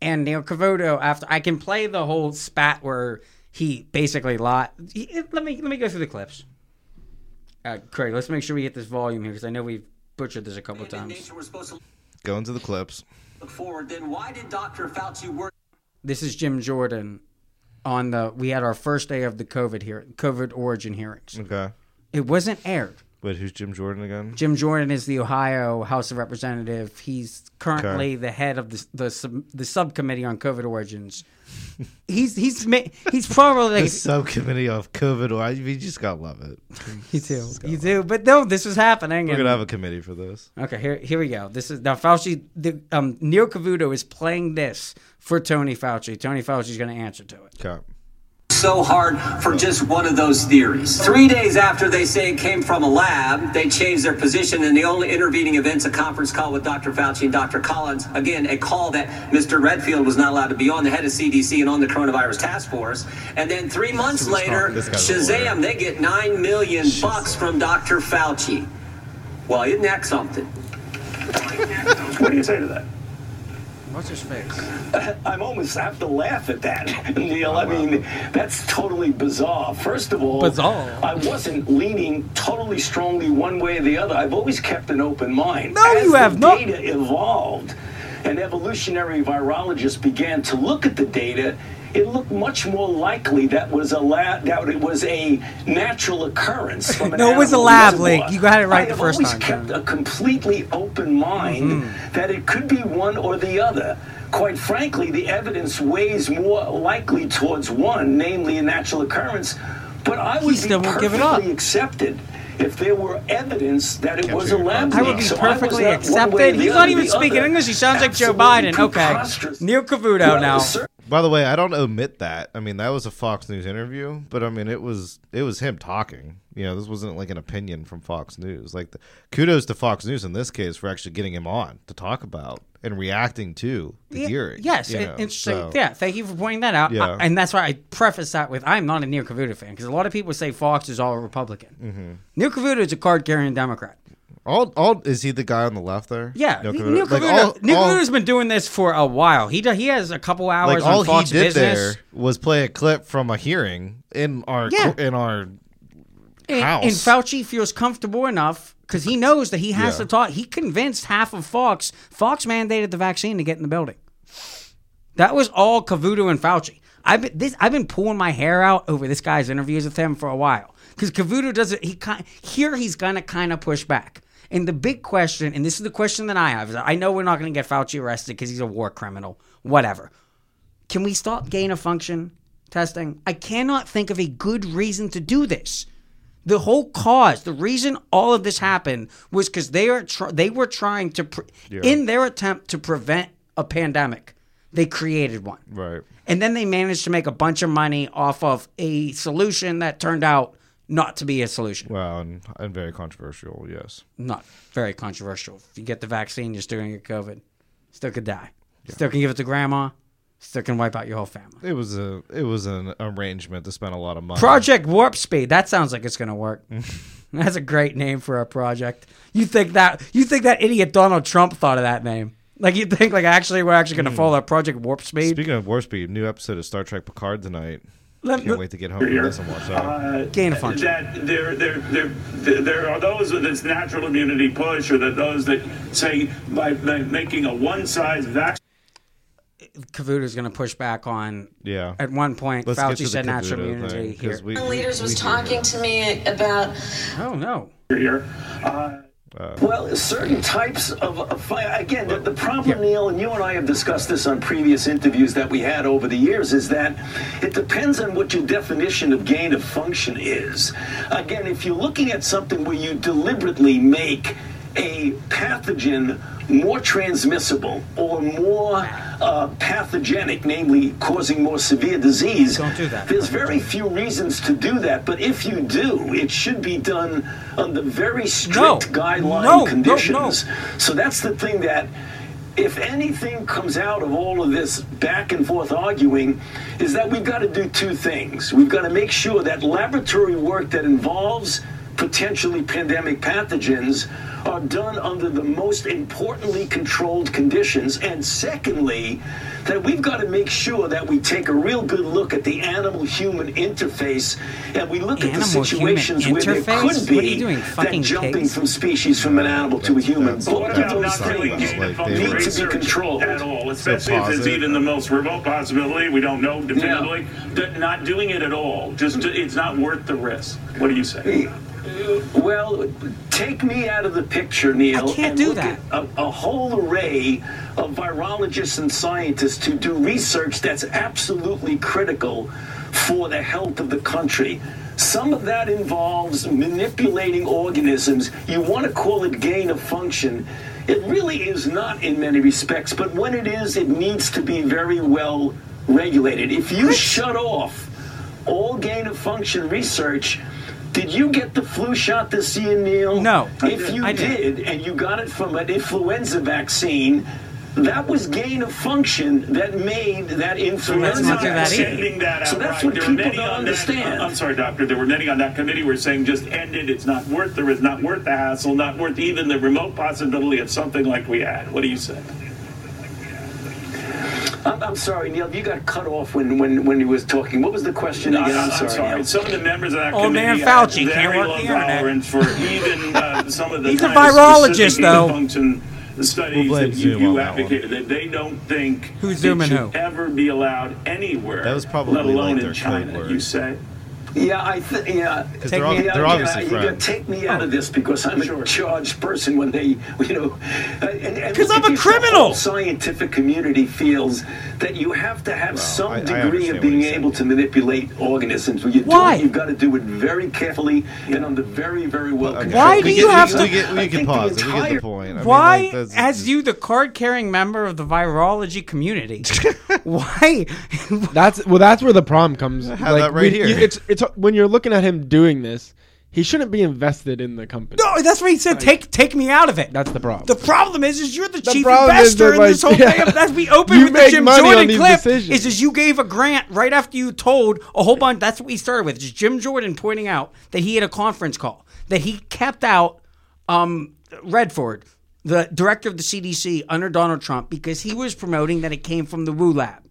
[SPEAKER 2] and Neil Cavuto after I can play the whole spat where he basically lied. he- Let me let me go through the clips. Uh, Craig, let's make sure we get this volume here because I know we've butchered this a couple
[SPEAKER 4] If
[SPEAKER 2] times.
[SPEAKER 4] nation we're supposed to
[SPEAKER 1] Go into the clips.
[SPEAKER 4] look forward, then why did Dr. Fauci work
[SPEAKER 2] This is Jim Jordan on the. We had our first day of the COVID here, COVID origin hearings.
[SPEAKER 1] Okay.
[SPEAKER 2] It wasn't aired.
[SPEAKER 1] Wait, who's Jim Jordan
[SPEAKER 2] [laughs]
[SPEAKER 1] again?
[SPEAKER 2] Jim Jordan is the Ohio House of Representative. He's currently the head of the the, sub, the subcommittee on COVID origins. [laughs] He's he's ma- he's probably
[SPEAKER 1] The
[SPEAKER 2] like,
[SPEAKER 1] subcommittee of COVID. or- You just gotta love it.
[SPEAKER 2] you do you do, but no, this is happening.
[SPEAKER 1] We're
[SPEAKER 2] and-
[SPEAKER 1] gonna have a committee for this.
[SPEAKER 2] okay, here here we go. This is now Fauci. The, um, Neil Cavuto is playing this for Tony Fauci. Tony Fauci's going to answer to it.
[SPEAKER 1] Okay.
[SPEAKER 4] so hard for just one of those theories? Three days after they say it came from a lab, they changed their position, and the only intervening event's a conference call with Dr. Fauci and Dr. Collins. Again, a call that Mr. Redfield was not allowed to be on, the head of CDC and on the coronavirus task force. And then three months later,
[SPEAKER 1] This guy's a lawyer.
[SPEAKER 4] Shazam, they get nine million bucks from Dr. Fauci. Well, isn't that something?
[SPEAKER 5] What do you say to that?
[SPEAKER 2] What's his face?
[SPEAKER 5] I'm almost I have to laugh at
[SPEAKER 2] [laughs] Oh,
[SPEAKER 5] that, Neil. I mean, that's totally bizarre. First of all,
[SPEAKER 2] Bizarre.
[SPEAKER 5] I wasn't leaning totally strongly one way or the other. I've always kept an open mind.
[SPEAKER 2] No,
[SPEAKER 5] As
[SPEAKER 2] you
[SPEAKER 5] the
[SPEAKER 2] have not.
[SPEAKER 5] Data evolved, and evolutionary virologists began to look at the data. It looked much more likely that was a lab, that it was a natural occurrence. From an
[SPEAKER 2] No, it was a
[SPEAKER 5] animal
[SPEAKER 2] lab
[SPEAKER 5] reservoir.
[SPEAKER 2] leak. You got it right
[SPEAKER 5] I
[SPEAKER 2] the
[SPEAKER 5] have
[SPEAKER 2] first
[SPEAKER 5] always
[SPEAKER 2] time,
[SPEAKER 5] kept
[SPEAKER 2] John.
[SPEAKER 5] a completely open mind
[SPEAKER 2] Mm-hmm.
[SPEAKER 5] that it could be one or the other. Quite frankly, the evidence weighs more likely towards one, namely a natural occurrence. But I would
[SPEAKER 2] still
[SPEAKER 5] be
[SPEAKER 2] won't
[SPEAKER 5] perfectly
[SPEAKER 2] give it up.
[SPEAKER 5] accepted if there were evidence that it was a
[SPEAKER 1] your
[SPEAKER 5] lab
[SPEAKER 2] I
[SPEAKER 5] leak.
[SPEAKER 2] would be
[SPEAKER 5] So I was
[SPEAKER 2] perfectly
[SPEAKER 5] not one way or
[SPEAKER 2] accepted.
[SPEAKER 5] the
[SPEAKER 2] He's
[SPEAKER 5] other,
[SPEAKER 2] not even
[SPEAKER 5] the
[SPEAKER 2] speaking
[SPEAKER 5] other.
[SPEAKER 2] English. He sounds like Joe
[SPEAKER 5] Absolutely
[SPEAKER 2] Biden. Okay,
[SPEAKER 5] preposterous.
[SPEAKER 2] Neil Cavuto now.
[SPEAKER 5] Sir,
[SPEAKER 1] By the way, I don't omit that. I mean, that was a Fox News interview, but I mean, it was it was him talking. You know, this wasn't like an opinion from Fox News. Like, the, kudos to Fox News in this case for actually getting him on to talk about and reacting to the
[SPEAKER 2] Yeah,
[SPEAKER 1] hearing.
[SPEAKER 2] Yes,
[SPEAKER 1] you
[SPEAKER 2] it-
[SPEAKER 1] know,
[SPEAKER 2] interesting.
[SPEAKER 1] so-
[SPEAKER 2] Yeah, thank you for pointing that out.
[SPEAKER 1] Yeah.
[SPEAKER 2] I- and that's why I preface that with I'm not a Neil Cavuto fan because a lot of people say Fox is all Republican.
[SPEAKER 1] Mm-hmm.
[SPEAKER 2] Neil Cavuto is a card carrying Democrat.
[SPEAKER 1] All, all is he the guy on the left there?
[SPEAKER 2] Yeah,
[SPEAKER 1] Neil
[SPEAKER 2] Neil
[SPEAKER 1] Cavuto?
[SPEAKER 2] Cavuto,
[SPEAKER 1] Like, all-
[SPEAKER 2] Neil
[SPEAKER 1] all-
[SPEAKER 2] Cavuto's been doing this for a while. He do, he has a couple
[SPEAKER 1] like
[SPEAKER 2] hours on
[SPEAKER 1] all he
[SPEAKER 2] Fox
[SPEAKER 1] did there
[SPEAKER 2] Business.
[SPEAKER 1] was play a clip from a hearing in our
[SPEAKER 2] Yeah.
[SPEAKER 1] in our
[SPEAKER 2] And,
[SPEAKER 1] house.
[SPEAKER 2] and Fauci feels comfortable enough because he knows that he has
[SPEAKER 1] Yeah.
[SPEAKER 2] to talk. He convinced half of Fox. Fox mandated the vaccine to get in the building. That was all Cavuto and Fauci. I've been, this, I've been pulling my hair out over this guy's interviews with him for a while because Cavuto doesn't. He kind here he's gonna kind of push back. And the big question, and this is the question that I have, is I know we're not gonna get Fauci arrested because he's a war criminal, whatever. Can we stop gain of function testing? I cannot think of a good reason to do this. The whole cause, the reason all of this happened was because they are tr- they were trying to, pre- in their attempt to prevent a pandemic, they created one.
[SPEAKER 1] right.
[SPEAKER 2] And then they managed to make a bunch of money off of a solution that turned out not to be a solution.
[SPEAKER 1] Wow, and, and very controversial. Yes.
[SPEAKER 2] Not very controversial. If you get the vaccine, you're still gonna get COVID. Still could die. Still can give it to grandma. Still can wipe out your whole family.
[SPEAKER 1] It was a it was an arrangement to spend a lot of money.
[SPEAKER 2] Project Warp Speed. That sounds like it's gonna work.
[SPEAKER 1] Mm.
[SPEAKER 2] [laughs] That's a great name for a project. You think that you think that idiot Donald Trump thought of that name? Like you think like actually we're actually
[SPEAKER 1] Mm.
[SPEAKER 2] gonna follow that Project Warp Speed?
[SPEAKER 1] Speaking of War Speed, new episode of Star Trek Picard tonight.
[SPEAKER 2] Let-
[SPEAKER 1] Can't wait to get home and listen watch that.
[SPEAKER 6] uh,
[SPEAKER 2] Gain of function.
[SPEAKER 6] That there, there, there, there- there are those with this natural immunity push, or that those that say by, by making a one-size vaccine.
[SPEAKER 2] Cavuto's gonna push back on.
[SPEAKER 1] Yeah.
[SPEAKER 2] At one point,
[SPEAKER 1] Let's get to
[SPEAKER 2] Fauci
[SPEAKER 1] the
[SPEAKER 2] said natural
[SPEAKER 1] Caputo
[SPEAKER 2] immunity
[SPEAKER 1] thing, 'cause
[SPEAKER 2] here.
[SPEAKER 1] we-
[SPEAKER 7] leaders was
[SPEAKER 1] we-
[SPEAKER 7] talking to me about
[SPEAKER 2] oh no.
[SPEAKER 6] here. Uh,
[SPEAKER 5] Well, certain types of, of fire. Again, the, the problem, Neil, and you and I have discussed this on previous interviews that we had over the years, is that it depends on what your definition of gain of function is. Again, if you're looking at something where you deliberately make a pathogen more transmissible or more uh, pathogenic, namely causing more severe disease,
[SPEAKER 2] Don't do that.
[SPEAKER 5] there's very few reasons to do that. But if you do, it should be done under very strict
[SPEAKER 2] No.
[SPEAKER 5] guideline
[SPEAKER 2] No, no,
[SPEAKER 5] conditions.
[SPEAKER 2] no.
[SPEAKER 5] So that's the thing that, if anything comes out of all of this back and forth arguing, is that we've got to do two things. We've got to make sure that laboratory work that involves potentially pandemic pathogens are done under the most importantly controlled conditions. And secondly, that we've got to make sure that we take a real good look at the animal human interface and we look at the
[SPEAKER 2] Animal-human
[SPEAKER 5] situations where there
[SPEAKER 2] interface?
[SPEAKER 5] could be
[SPEAKER 2] What are you doing,
[SPEAKER 5] that
[SPEAKER 2] fucking
[SPEAKER 5] jumping
[SPEAKER 2] pigs?
[SPEAKER 5] from species from an animal to a human.
[SPEAKER 1] that's-
[SPEAKER 5] Both
[SPEAKER 1] that's
[SPEAKER 5] of
[SPEAKER 1] what
[SPEAKER 5] those
[SPEAKER 1] I'm talking
[SPEAKER 5] things
[SPEAKER 1] about, like, they
[SPEAKER 5] need
[SPEAKER 1] would-
[SPEAKER 5] to be controlled.
[SPEAKER 6] at all, especially if
[SPEAKER 1] pause
[SPEAKER 6] it's
[SPEAKER 1] it.
[SPEAKER 6] even the most remote possibility. We don't know definitively. That Not doing it at all, just it's not worth the risk. What do you say?
[SPEAKER 5] Well, take me out of the picture, Neil.
[SPEAKER 2] I can't
[SPEAKER 5] and
[SPEAKER 2] do
[SPEAKER 5] look
[SPEAKER 2] that.
[SPEAKER 5] At a, a whole array of virologists and scientists to do research that's absolutely critical for the health of the country. Some of that involves manipulating organisms. You want to call it gain of function. It really is not in many respects, but when it is, it needs to be very well regulated. If you shut off all gain of function research. Did you get the flu shot this year, Neil?
[SPEAKER 2] No, I
[SPEAKER 5] If
[SPEAKER 2] did.
[SPEAKER 5] you
[SPEAKER 2] I did.
[SPEAKER 5] did, and you got it from an influenza vaccine, that was gain of function that made that influenza
[SPEAKER 2] let's not do that
[SPEAKER 5] vaccine.
[SPEAKER 2] either.
[SPEAKER 6] Ending that
[SPEAKER 5] so
[SPEAKER 6] outright.
[SPEAKER 5] that's what
[SPEAKER 6] There were
[SPEAKER 5] people
[SPEAKER 6] many
[SPEAKER 5] don't
[SPEAKER 6] on that-
[SPEAKER 5] understand.
[SPEAKER 6] I'm sorry, Doctor. There were many on that committee were saying just end it. It's not worth the risk, not worth the hassle, not worth even the remote possibility of something like we had. What do you say?
[SPEAKER 5] I'm, I'm sorry, Neil. You got cut off when when when he was talking. What was the question again? I'm, sorry. Neil.
[SPEAKER 6] Some of the members of that
[SPEAKER 2] Old man
[SPEAKER 6] committee
[SPEAKER 2] Fauci
[SPEAKER 6] have
[SPEAKER 2] can't
[SPEAKER 6] very
[SPEAKER 2] work
[SPEAKER 6] low
[SPEAKER 2] the internet.
[SPEAKER 6] tolerance for
[SPEAKER 2] [laughs]
[SPEAKER 6] even uh, some of the
[SPEAKER 2] He's a
[SPEAKER 6] kind of
[SPEAKER 2] virologist,
[SPEAKER 6] specific
[SPEAKER 2] though.
[SPEAKER 6] Function studies
[SPEAKER 1] We'll blame
[SPEAKER 6] that you,
[SPEAKER 1] Zoom on
[SPEAKER 6] you
[SPEAKER 1] that one.
[SPEAKER 6] advocated that they don't think
[SPEAKER 2] Who's
[SPEAKER 6] it
[SPEAKER 2] Zooming
[SPEAKER 6] should
[SPEAKER 2] who?
[SPEAKER 6] ever be allowed anywhere.
[SPEAKER 1] That was probably
[SPEAKER 6] let alone
[SPEAKER 1] like
[SPEAKER 6] in
[SPEAKER 1] their
[SPEAKER 6] China.
[SPEAKER 1] code word.
[SPEAKER 6] You say.
[SPEAKER 5] Yeah, I think yeah.
[SPEAKER 1] because
[SPEAKER 2] Take
[SPEAKER 1] they're, all,
[SPEAKER 2] me
[SPEAKER 5] Yeah,
[SPEAKER 1] they're
[SPEAKER 5] yeah,
[SPEAKER 1] obviously
[SPEAKER 5] you gotta
[SPEAKER 1] friends.
[SPEAKER 5] Take me out of this because I'm a charged person when they, you know. uh, Because
[SPEAKER 2] I'm a criminal.
[SPEAKER 5] scientific community feels that you have to have some
[SPEAKER 1] I- I
[SPEAKER 5] degree
[SPEAKER 1] understand
[SPEAKER 5] of
[SPEAKER 1] what
[SPEAKER 5] being
[SPEAKER 1] he's saying.
[SPEAKER 5] able to manipulate organisms. When you
[SPEAKER 2] Why?
[SPEAKER 5] do it, you've got to do it very carefully and under very, very well.
[SPEAKER 1] Okay.
[SPEAKER 5] controlled
[SPEAKER 2] Why do
[SPEAKER 1] We
[SPEAKER 2] you
[SPEAKER 1] get-
[SPEAKER 2] have to-
[SPEAKER 1] We, get,
[SPEAKER 5] I
[SPEAKER 1] we can
[SPEAKER 5] think the
[SPEAKER 1] pause. it. we get
[SPEAKER 5] entire-
[SPEAKER 1] the point. I mean,
[SPEAKER 2] why,
[SPEAKER 1] like, that's
[SPEAKER 2] as
[SPEAKER 1] just-
[SPEAKER 2] you, the card-carrying member of the
[SPEAKER 1] [laughs]
[SPEAKER 2] virology community, why? [laughs]
[SPEAKER 3] That's well. That's where the problem comes.
[SPEAKER 1] have that right here.
[SPEAKER 3] It's it's when you're looking at him doing this, he shouldn't be invested in the company.
[SPEAKER 2] no, that's what he said. Take take me out of it.
[SPEAKER 3] that's the problem.
[SPEAKER 2] The problem is, is you're the, chief
[SPEAKER 3] problem is
[SPEAKER 2] investor
[SPEAKER 3] that,
[SPEAKER 2] in
[SPEAKER 3] like,
[SPEAKER 2] this whole
[SPEAKER 3] [laughs] yeah.
[SPEAKER 2] thing. That's we open
[SPEAKER 3] You
[SPEAKER 2] with the
[SPEAKER 3] make
[SPEAKER 2] Jim
[SPEAKER 3] money on
[SPEAKER 2] Jordan
[SPEAKER 3] these
[SPEAKER 2] clip.
[SPEAKER 3] decisions.
[SPEAKER 2] Is is you gave a grant right after you told a whole bunch. That's what we started with. Is Jim Jordan pointing out that he had a conference call that he kept out um, Redford, the director of the CDC under Donald Trump, because he was promoting that it came from the Wu Lab.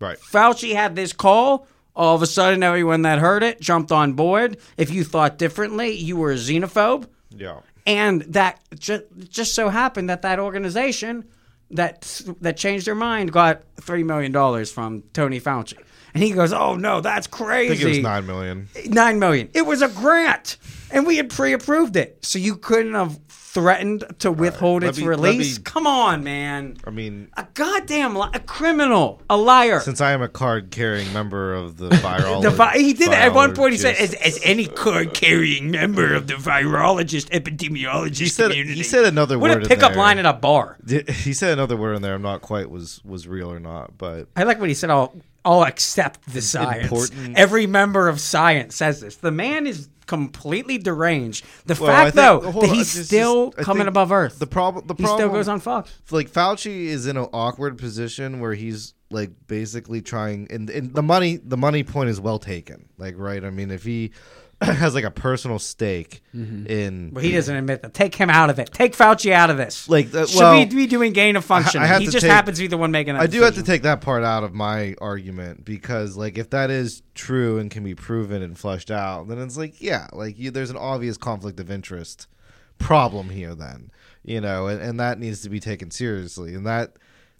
[SPEAKER 1] right.
[SPEAKER 2] Fauci had this call. All of a sudden, everyone that heard it jumped on board. If you thought differently, you were a xenophobe.
[SPEAKER 1] Yeah.
[SPEAKER 2] And that just just so happened that that organization that that changed their mind got three million dollars from Tony Fauci, and he goes, "Oh no, that's crazy."
[SPEAKER 1] I think it was nine million.
[SPEAKER 2] Nine million. It was a grant, and we had pre-approved it, so you couldn't have threatened to withhold
[SPEAKER 1] let
[SPEAKER 2] its
[SPEAKER 1] me- Um, let
[SPEAKER 2] release.
[SPEAKER 1] me-
[SPEAKER 2] Come on, man.
[SPEAKER 1] I mean,
[SPEAKER 2] A goddamn li- a criminal, a liar.
[SPEAKER 1] since I am a card-carrying member of the viral,
[SPEAKER 2] [laughs] The vi- he did at one point. He said, "As, as any card-carrying member of the virologist epidemiologist
[SPEAKER 1] He said- he
[SPEAKER 2] community."
[SPEAKER 1] said another
[SPEAKER 2] what
[SPEAKER 1] word
[SPEAKER 2] a
[SPEAKER 1] in
[SPEAKER 2] pickup
[SPEAKER 1] there.
[SPEAKER 2] line at a bar.
[SPEAKER 1] he said another word in there. I'm not quite was was real or not, but
[SPEAKER 2] I like what he said. I'll I'll accept the science.
[SPEAKER 1] Important.
[SPEAKER 2] Every member of science says this. The man is completely deranged. The
[SPEAKER 1] Well, I
[SPEAKER 2] fact,
[SPEAKER 1] think-
[SPEAKER 2] though,
[SPEAKER 1] hold
[SPEAKER 2] that
[SPEAKER 1] on,
[SPEAKER 2] he's
[SPEAKER 1] just-
[SPEAKER 2] still
[SPEAKER 1] just- I
[SPEAKER 2] coming
[SPEAKER 1] think
[SPEAKER 2] above Earth.
[SPEAKER 1] The problem, the
[SPEAKER 2] he
[SPEAKER 1] problem
[SPEAKER 2] still goes on Fox.
[SPEAKER 1] like Fauci is in an awkward position where he's like basically trying and, and the money the money point is well taken. Like right, I mean if he [clears throat] has like a personal stake in
[SPEAKER 2] Mm-hmm. But he doesn't admit that. Take him out of it. Take Fauci out of this.
[SPEAKER 1] Like, uh,
[SPEAKER 2] should
[SPEAKER 1] well,
[SPEAKER 2] we be doing gain of function?
[SPEAKER 1] I have
[SPEAKER 2] he
[SPEAKER 1] to
[SPEAKER 2] just
[SPEAKER 1] take-
[SPEAKER 2] happens to be the one making that.
[SPEAKER 1] I do have to
[SPEAKER 2] decision.
[SPEAKER 1] take that part out of my argument because, like, if that is true and can be proven and fleshed out, then it's like, yeah, like you, there's an obvious conflict of interest problem here. Then you know, and, and that needs to be taken seriously, and that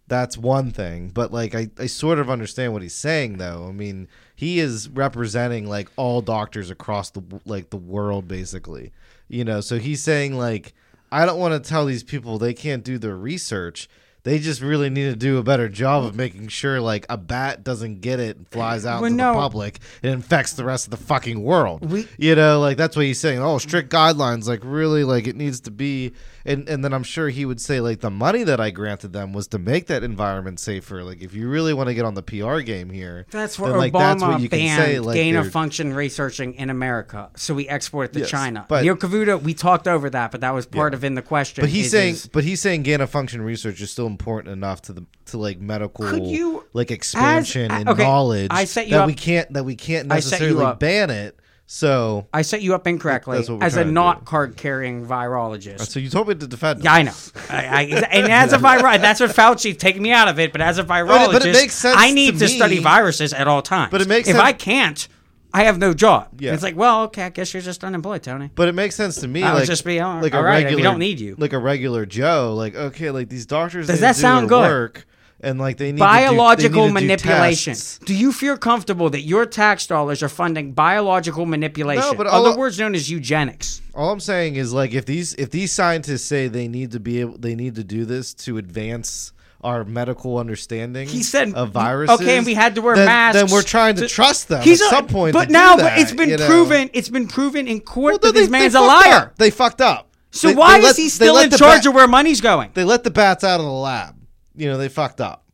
[SPEAKER 1] that's one thing. But like, I I sort of understand what he's saying, though. I mean, he is representing like all doctors across the like the world, basically. You know, so he's saying like. I don't want to tell these people they can't do their research. They just really need to do a better job of making sure, like, a bat doesn't get it and flies out
[SPEAKER 2] Well,
[SPEAKER 1] into
[SPEAKER 2] no.
[SPEAKER 1] the public and infects the rest of the fucking world.
[SPEAKER 2] We-
[SPEAKER 1] you know, like that's what he's saying. Oh, strict guidelines, like really, like it needs to be. And and then I'm sure he would say, like, the money that I granted them was to make that environment safer. Like, if you really want to get on the PR game here,
[SPEAKER 2] That's what
[SPEAKER 1] then, like,
[SPEAKER 2] Obama
[SPEAKER 1] that's what you can
[SPEAKER 2] banned
[SPEAKER 1] say. Like,
[SPEAKER 2] gain of
[SPEAKER 1] they're-
[SPEAKER 2] function researching in America, so we export it to
[SPEAKER 1] Yes,
[SPEAKER 2] China.
[SPEAKER 1] but-
[SPEAKER 2] Yo Kavuta, we talked over that, but that was part of in the question.
[SPEAKER 1] But he's
[SPEAKER 2] is-
[SPEAKER 1] saying,
[SPEAKER 2] is-
[SPEAKER 1] but he's saying gain of function research is still important enough to the to like medical,
[SPEAKER 2] Could you-
[SPEAKER 1] like expansion
[SPEAKER 2] as-
[SPEAKER 1] and
[SPEAKER 2] okay,
[SPEAKER 1] knowledge
[SPEAKER 2] I set you
[SPEAKER 1] that
[SPEAKER 2] up-
[SPEAKER 1] we can't that we can't
[SPEAKER 2] I set you
[SPEAKER 1] necessarily
[SPEAKER 2] up.
[SPEAKER 1] ban it. So,
[SPEAKER 2] I set you up incorrectly
[SPEAKER 1] That's what we're
[SPEAKER 2] as a
[SPEAKER 1] trying to
[SPEAKER 2] not
[SPEAKER 1] do.
[SPEAKER 2] card carrying virologist.
[SPEAKER 1] so you told me to defend. him.
[SPEAKER 2] Yeah, I know.
[SPEAKER 1] [laughs]
[SPEAKER 2] I, I, and as a virologist, that's what Fauci's taking me out of it. But as a virologist,
[SPEAKER 1] it- but it makes sense
[SPEAKER 2] I need to,
[SPEAKER 1] to
[SPEAKER 2] study
[SPEAKER 1] me.
[SPEAKER 2] viruses at all times.
[SPEAKER 1] But it makes
[SPEAKER 2] if
[SPEAKER 1] sense-
[SPEAKER 2] I can't, I have no job.
[SPEAKER 1] Yeah.
[SPEAKER 2] It's like, well, okay, I guess you're just unemployed, Tony.
[SPEAKER 1] But it makes sense to me.
[SPEAKER 2] I would
[SPEAKER 1] like,
[SPEAKER 2] just be, "All
[SPEAKER 1] like a
[SPEAKER 2] right, we
[SPEAKER 1] regular,
[SPEAKER 2] don't need you."
[SPEAKER 1] Like a regular Joe. Like okay, like these doctors.
[SPEAKER 2] Does
[SPEAKER 1] they
[SPEAKER 2] that
[SPEAKER 1] do
[SPEAKER 2] sound
[SPEAKER 1] their
[SPEAKER 2] good?
[SPEAKER 1] Work, and like they need to do- they need
[SPEAKER 2] biological
[SPEAKER 1] to do
[SPEAKER 2] manipulation.
[SPEAKER 1] tests.
[SPEAKER 2] Do you feel comfortable that your tax dollars are funding biological manipulation?
[SPEAKER 1] No, but all-
[SPEAKER 2] otherwise known as eugenics.
[SPEAKER 1] All I'm saying is like if these if these scientists say they need to be able they need to do this to advance our medical understanding
[SPEAKER 2] He said,
[SPEAKER 1] of uh, viruses.
[SPEAKER 2] Okay, and we had to wear
[SPEAKER 1] then,
[SPEAKER 2] masks.
[SPEAKER 1] Then we're trying to,
[SPEAKER 2] to-
[SPEAKER 1] trust them
[SPEAKER 2] He's
[SPEAKER 1] at
[SPEAKER 2] a-
[SPEAKER 1] some point.
[SPEAKER 2] but
[SPEAKER 1] to
[SPEAKER 2] now
[SPEAKER 1] do that,
[SPEAKER 2] it's been
[SPEAKER 1] you know?
[SPEAKER 2] proven. It's been proven in court
[SPEAKER 1] No,
[SPEAKER 2] that this
[SPEAKER 1] they-
[SPEAKER 2] man's
[SPEAKER 1] they
[SPEAKER 2] a
[SPEAKER 1] fucked
[SPEAKER 2] liar.
[SPEAKER 1] up. They fucked up.
[SPEAKER 2] So
[SPEAKER 1] They-
[SPEAKER 2] why
[SPEAKER 1] they
[SPEAKER 2] is
[SPEAKER 1] let-
[SPEAKER 2] he
[SPEAKER 1] they
[SPEAKER 2] still
[SPEAKER 1] let
[SPEAKER 2] in
[SPEAKER 1] the
[SPEAKER 2] charge
[SPEAKER 1] bat-
[SPEAKER 2] of where money's going?
[SPEAKER 1] They let the bats out of the lab. You know they fucked up.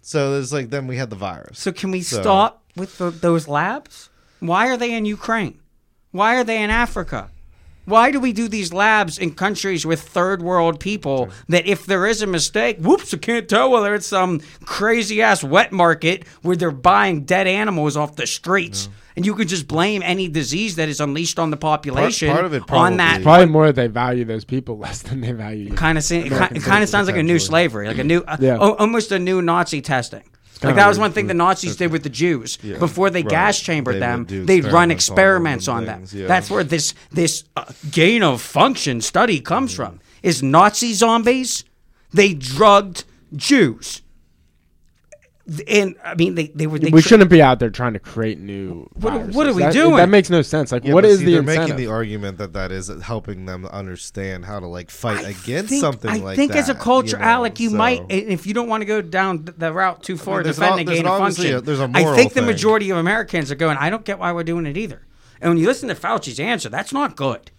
[SPEAKER 1] So there's like then we had the virus.
[SPEAKER 2] So can we stop with tho- those labs? Why are they in Ukraine? Why are they in Africa? Why do we do these labs in countries with third world people that if there is a mistake, whoops, I can't tell whether it's some crazy ass wet market where they're buying dead animals off the streets and you can just blame any disease that is unleashed on the population
[SPEAKER 1] part of it
[SPEAKER 2] on
[SPEAKER 1] probably-
[SPEAKER 2] that
[SPEAKER 3] Probably more they value those people [laughs] less than they value you.
[SPEAKER 2] kind of it kind of sounds like a new slavery, like a new, uh,
[SPEAKER 3] Yeah.
[SPEAKER 2] al- almost a new Nazi testing. Like
[SPEAKER 3] kinda
[SPEAKER 2] that was
[SPEAKER 3] weird.
[SPEAKER 2] one thing the Nazis did with the Jews before they
[SPEAKER 1] right.
[SPEAKER 2] gas chambered
[SPEAKER 1] They
[SPEAKER 2] them.
[SPEAKER 1] would do
[SPEAKER 2] They'd run
[SPEAKER 1] experiments
[SPEAKER 2] experiments
[SPEAKER 1] on
[SPEAKER 2] on
[SPEAKER 1] them
[SPEAKER 2] them.
[SPEAKER 1] and things, yeah.
[SPEAKER 2] That's where this this uh, gain of function study comes from.
[SPEAKER 1] Mm.
[SPEAKER 2] Is Nazi zombies? They drugged Jews, and I mean they they were. They
[SPEAKER 3] we
[SPEAKER 2] tr-
[SPEAKER 3] shouldn't be out there trying to create new.
[SPEAKER 2] What-
[SPEAKER 3] viruses.
[SPEAKER 2] what are we
[SPEAKER 3] That-
[SPEAKER 2] doing?
[SPEAKER 3] That makes no sense. Like,
[SPEAKER 1] Yeah,
[SPEAKER 3] what
[SPEAKER 1] but
[SPEAKER 3] is
[SPEAKER 1] see,
[SPEAKER 3] the
[SPEAKER 1] they're
[SPEAKER 3] incentive?
[SPEAKER 1] making the argument that that is helping them understand how to like fight against
[SPEAKER 2] think-
[SPEAKER 1] something
[SPEAKER 2] I
[SPEAKER 1] like
[SPEAKER 2] think
[SPEAKER 1] that.
[SPEAKER 2] as a culture,
[SPEAKER 1] you know,
[SPEAKER 2] Alec, you
[SPEAKER 1] so-
[SPEAKER 2] might, and if you don't want to go down th- the route too far,
[SPEAKER 1] there's an ob-
[SPEAKER 2] defending
[SPEAKER 1] there's
[SPEAKER 2] gain
[SPEAKER 1] an
[SPEAKER 2] of
[SPEAKER 1] obviously
[SPEAKER 2] function.
[SPEAKER 1] a- there's a
[SPEAKER 2] I
[SPEAKER 1] moral
[SPEAKER 2] think the
[SPEAKER 1] thing.
[SPEAKER 2] majority of Americans are going, I don't get why we're doing it either. And when you listen to Fauci's answer, that's not good.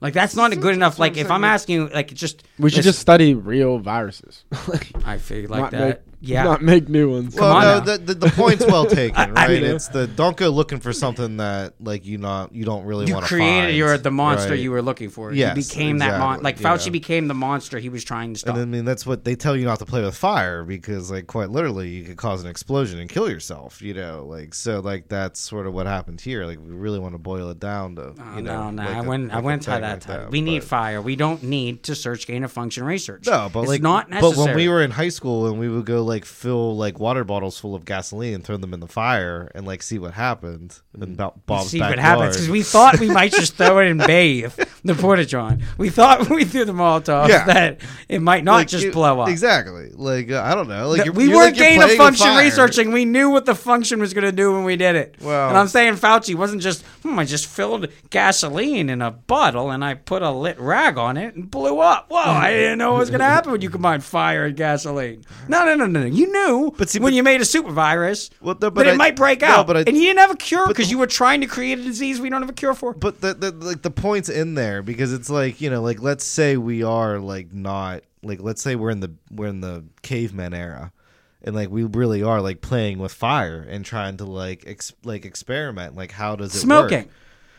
[SPEAKER 2] Like that's not a good enough. Like if I'm asking, you, like it's just
[SPEAKER 3] we should
[SPEAKER 2] listen,
[SPEAKER 3] just study real viruses. [laughs] like,
[SPEAKER 2] I feel like
[SPEAKER 3] not
[SPEAKER 2] that.
[SPEAKER 3] Make,
[SPEAKER 2] yeah,
[SPEAKER 3] Not make new ones.
[SPEAKER 1] Well,
[SPEAKER 2] on
[SPEAKER 1] no,
[SPEAKER 2] now.
[SPEAKER 1] the, the, the point's
[SPEAKER 2] [laughs]
[SPEAKER 1] well taken,
[SPEAKER 2] I- I-
[SPEAKER 1] right? it's the don't go looking for something that like you not you don't really
[SPEAKER 2] you
[SPEAKER 1] want to
[SPEAKER 2] created
[SPEAKER 1] find,
[SPEAKER 2] your the monster
[SPEAKER 1] right?
[SPEAKER 2] you were looking for.
[SPEAKER 1] Yes,
[SPEAKER 2] you became that mon-
[SPEAKER 1] exactly,
[SPEAKER 2] Like
[SPEAKER 1] you
[SPEAKER 2] Fauci
[SPEAKER 1] know.
[SPEAKER 2] became the monster he was trying to stop.
[SPEAKER 1] And I mean that's what they tell you not to play with fire because like quite literally you could cause an explosion and kill yourself, you know, like so like that's sort of what happened here. Like we really want to boil it down to you know,
[SPEAKER 2] Oh, no, no,
[SPEAKER 1] like
[SPEAKER 2] I
[SPEAKER 1] a-
[SPEAKER 2] wouldn't. I
[SPEAKER 1] like a
[SPEAKER 2] wouldn't tie
[SPEAKER 1] thing
[SPEAKER 2] that.
[SPEAKER 1] like
[SPEAKER 2] tie. we need
[SPEAKER 1] but-
[SPEAKER 2] fire. We don't need to search gain of function research.
[SPEAKER 1] No, but
[SPEAKER 2] it's
[SPEAKER 1] like
[SPEAKER 2] not necessary.
[SPEAKER 1] But when we were in high school and we would go like fill like water bottles full of gasoline and throw them in the fire and like see what happened and Bob, Bob's
[SPEAKER 2] Mm. see
[SPEAKER 1] backyard.
[SPEAKER 2] what happens because we thought we might just throw
[SPEAKER 1] [laughs]
[SPEAKER 2] it and bathe the porta john. We thought when we threw the Molotov
[SPEAKER 1] Yeah.
[SPEAKER 2] that it might not
[SPEAKER 1] Like,
[SPEAKER 2] just
[SPEAKER 1] you-
[SPEAKER 2] blow up.
[SPEAKER 1] Exactly. Like uh, I don't know. Like
[SPEAKER 2] That
[SPEAKER 1] you're,
[SPEAKER 2] we
[SPEAKER 1] you're,
[SPEAKER 2] were
[SPEAKER 1] like, you're
[SPEAKER 2] gain of
[SPEAKER 1] playing with
[SPEAKER 2] function
[SPEAKER 1] fire.
[SPEAKER 2] researching. We knew what the function was going to do when we did it.
[SPEAKER 1] Well-
[SPEAKER 2] and I'm saying Fauci wasn't just, hmm, I just filled gasoline in a bottle and I put a lit rag on it and blew up. Whoa,
[SPEAKER 1] [laughs]
[SPEAKER 2] I didn't know what was going to happen when you combine fire and gasoline. No, no, no, no. no. You knew
[SPEAKER 1] But see,
[SPEAKER 2] when
[SPEAKER 1] but-
[SPEAKER 2] you made a super virus
[SPEAKER 1] Well, no, but
[SPEAKER 2] that it
[SPEAKER 1] I-
[SPEAKER 2] might break
[SPEAKER 1] no,
[SPEAKER 2] out.
[SPEAKER 1] but I-
[SPEAKER 2] and you didn't have a cure
[SPEAKER 1] but-
[SPEAKER 2] because you were trying to create a disease we don't have a cure for.
[SPEAKER 1] But the, the like the points in there because it's like you know like let's say we are like not like let's say we're in the we're in the caveman era. And like we really are like playing with fire and trying to like ex- like experiment like how does it work?
[SPEAKER 2] Smoking.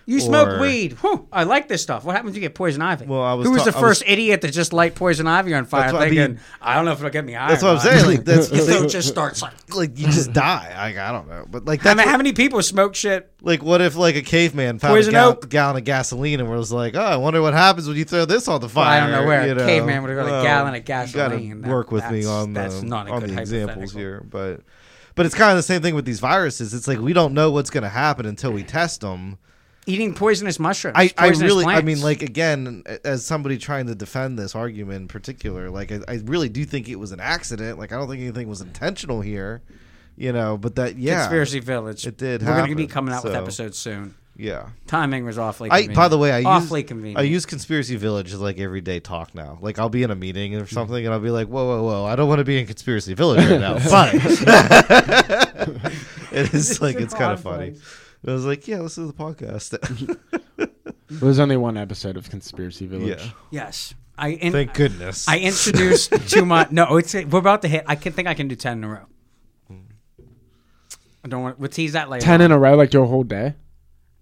[SPEAKER 2] You smoke
[SPEAKER 1] Or-
[SPEAKER 2] weed. Whew, I like this stuff. What happens if you get poison ivy?
[SPEAKER 1] Well, I was
[SPEAKER 2] Who was
[SPEAKER 1] ta-
[SPEAKER 2] the
[SPEAKER 1] I was-
[SPEAKER 2] first idiot to just light poison ivy on fire,
[SPEAKER 1] That's what I
[SPEAKER 2] thinking, I,
[SPEAKER 1] mean.
[SPEAKER 2] don't know if it'll get me iron.
[SPEAKER 1] That's what I'm saying. Like
[SPEAKER 2] [laughs]
[SPEAKER 1] that's
[SPEAKER 2] Your
[SPEAKER 1] [laughs]
[SPEAKER 2] throat just starts like.
[SPEAKER 1] like you just die. Like I don't know, but like
[SPEAKER 2] I
[SPEAKER 1] that's
[SPEAKER 2] mean,
[SPEAKER 1] what-
[SPEAKER 2] how many people smoke shit?
[SPEAKER 1] like what if like a caveman found
[SPEAKER 2] Poison
[SPEAKER 1] a gal-
[SPEAKER 2] oak?
[SPEAKER 1] gallon of gasoline and was like, oh, I wonder what happens when you throw this on the
[SPEAKER 2] I
[SPEAKER 1] fire.
[SPEAKER 2] don't know where.
[SPEAKER 1] you know?
[SPEAKER 2] Caveman would've got a
[SPEAKER 1] Well,
[SPEAKER 2] gallon of
[SPEAKER 1] you gotta
[SPEAKER 2] gasoline. That-
[SPEAKER 1] work with me
[SPEAKER 2] that's-
[SPEAKER 1] on the
[SPEAKER 2] that's not a
[SPEAKER 1] on
[SPEAKER 2] good
[SPEAKER 1] the examples
[SPEAKER 2] hypothetical.
[SPEAKER 1] here, but but it's kind of the same thing with these viruses. It's like we don't know what's going to happen until we test them.
[SPEAKER 2] Eating poisonous mushrooms.
[SPEAKER 1] I, I
[SPEAKER 2] poisonous
[SPEAKER 1] really, I
[SPEAKER 2] plants.
[SPEAKER 1] mean, like again, as somebody trying to defend this argument in particular, like I, I really do think it was an accident. Like I don't think anything was intentional here, you know. But that, yeah,
[SPEAKER 2] Conspiracy Village.
[SPEAKER 1] It did
[SPEAKER 2] We're going to be
[SPEAKER 1] happen,
[SPEAKER 2] coming out with
[SPEAKER 1] so-
[SPEAKER 2] episodes soon.
[SPEAKER 1] Yeah.
[SPEAKER 2] Timing was awfully.
[SPEAKER 1] I
[SPEAKER 2] Convenient.
[SPEAKER 1] by the way, I
[SPEAKER 2] awfully
[SPEAKER 1] use,
[SPEAKER 2] convenient.
[SPEAKER 1] I use Conspiracy Village as like everyday talk now. Like I'll be in a meeting or something, and I'll be like, "Whoa, whoa, whoa! I don't want to be in Conspiracy Village right [laughs] now." but it is like
[SPEAKER 2] an
[SPEAKER 1] it's kind
[SPEAKER 2] odd
[SPEAKER 1] of funny.
[SPEAKER 2] place.
[SPEAKER 1] I was like, "Yeah, this is the [laughs] podcast."
[SPEAKER 3] There's only one episode of Conspiracy Village.
[SPEAKER 1] [laughs] yeah.
[SPEAKER 2] Yes, I. In,
[SPEAKER 1] Thank goodness.
[SPEAKER 2] I introduced
[SPEAKER 1] [laughs]
[SPEAKER 2] too much. No, it's we're about to hit. I can think I can do ten in a row. I don't want. We'll tease that later.
[SPEAKER 3] Ten in a row, like your whole day.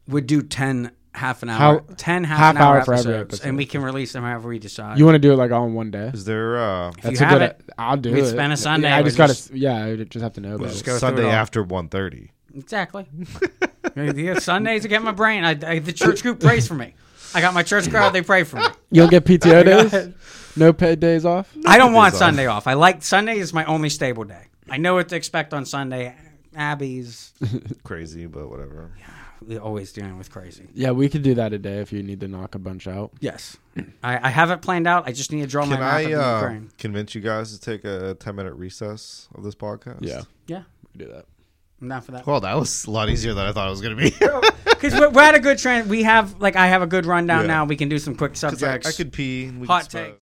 [SPEAKER 2] We'll do ten half an hour.
[SPEAKER 3] How-
[SPEAKER 2] ten half,
[SPEAKER 3] half
[SPEAKER 2] an hour,
[SPEAKER 3] hour for
[SPEAKER 2] episodes,
[SPEAKER 3] every episode.
[SPEAKER 2] and we can release them however we decide.
[SPEAKER 3] You want to do it like all in one day?
[SPEAKER 1] is there uh,
[SPEAKER 2] if
[SPEAKER 3] That's
[SPEAKER 2] you
[SPEAKER 3] a
[SPEAKER 2] have
[SPEAKER 3] good.
[SPEAKER 2] it,
[SPEAKER 3] I'll do
[SPEAKER 2] we
[SPEAKER 3] it.
[SPEAKER 2] spend a Sunday,
[SPEAKER 3] I
[SPEAKER 2] we
[SPEAKER 3] just gotta.
[SPEAKER 2] just-
[SPEAKER 3] yeah, I just have to know about
[SPEAKER 1] it's
[SPEAKER 3] it.
[SPEAKER 2] go through
[SPEAKER 1] Sunday
[SPEAKER 2] it all.
[SPEAKER 1] after 1.30?
[SPEAKER 2] [laughs]
[SPEAKER 3] [laughs]
[SPEAKER 2] exactly. Yeah, Sundays I get my brain. I, I, the church group prays for me. I got my church crowd. They pray for
[SPEAKER 3] [laughs]
[SPEAKER 2] me. [laughs]
[SPEAKER 3] You'll get PTO days. No paid days off.
[SPEAKER 2] I don't want
[SPEAKER 1] off.
[SPEAKER 2] Sunday off. I like Sunday is my only stable day. I know what to expect on Sunday. Abby's
[SPEAKER 1] Crazy, but whatever.
[SPEAKER 2] we're always dealing with crazy.
[SPEAKER 3] Yeah, we could do that a day if you need to knock a bunch out.
[SPEAKER 2] Yes, I, I have it planned out. I just need to draw my
[SPEAKER 1] Can
[SPEAKER 2] map
[SPEAKER 1] I
[SPEAKER 2] of the
[SPEAKER 1] uh,
[SPEAKER 2] Ukraine.
[SPEAKER 1] convince you guys to take a 10-minute recess of this podcast?
[SPEAKER 3] Yeah,
[SPEAKER 2] Yeah,
[SPEAKER 3] we do that.
[SPEAKER 2] I'm down
[SPEAKER 1] [laughs]
[SPEAKER 2] for that.
[SPEAKER 1] Well, that was a lot easier than I thought it was going to
[SPEAKER 2] [laughs]
[SPEAKER 1] be. [laughs]
[SPEAKER 2] Because we're, we're at a good trend. We have like I have a good rundown
[SPEAKER 1] Yeah.
[SPEAKER 2] now. We can do some quick
[SPEAKER 1] 'Cause I,
[SPEAKER 2] subjects.
[SPEAKER 1] I could pee. and we could
[SPEAKER 2] Hot
[SPEAKER 1] smoke.
[SPEAKER 2] take.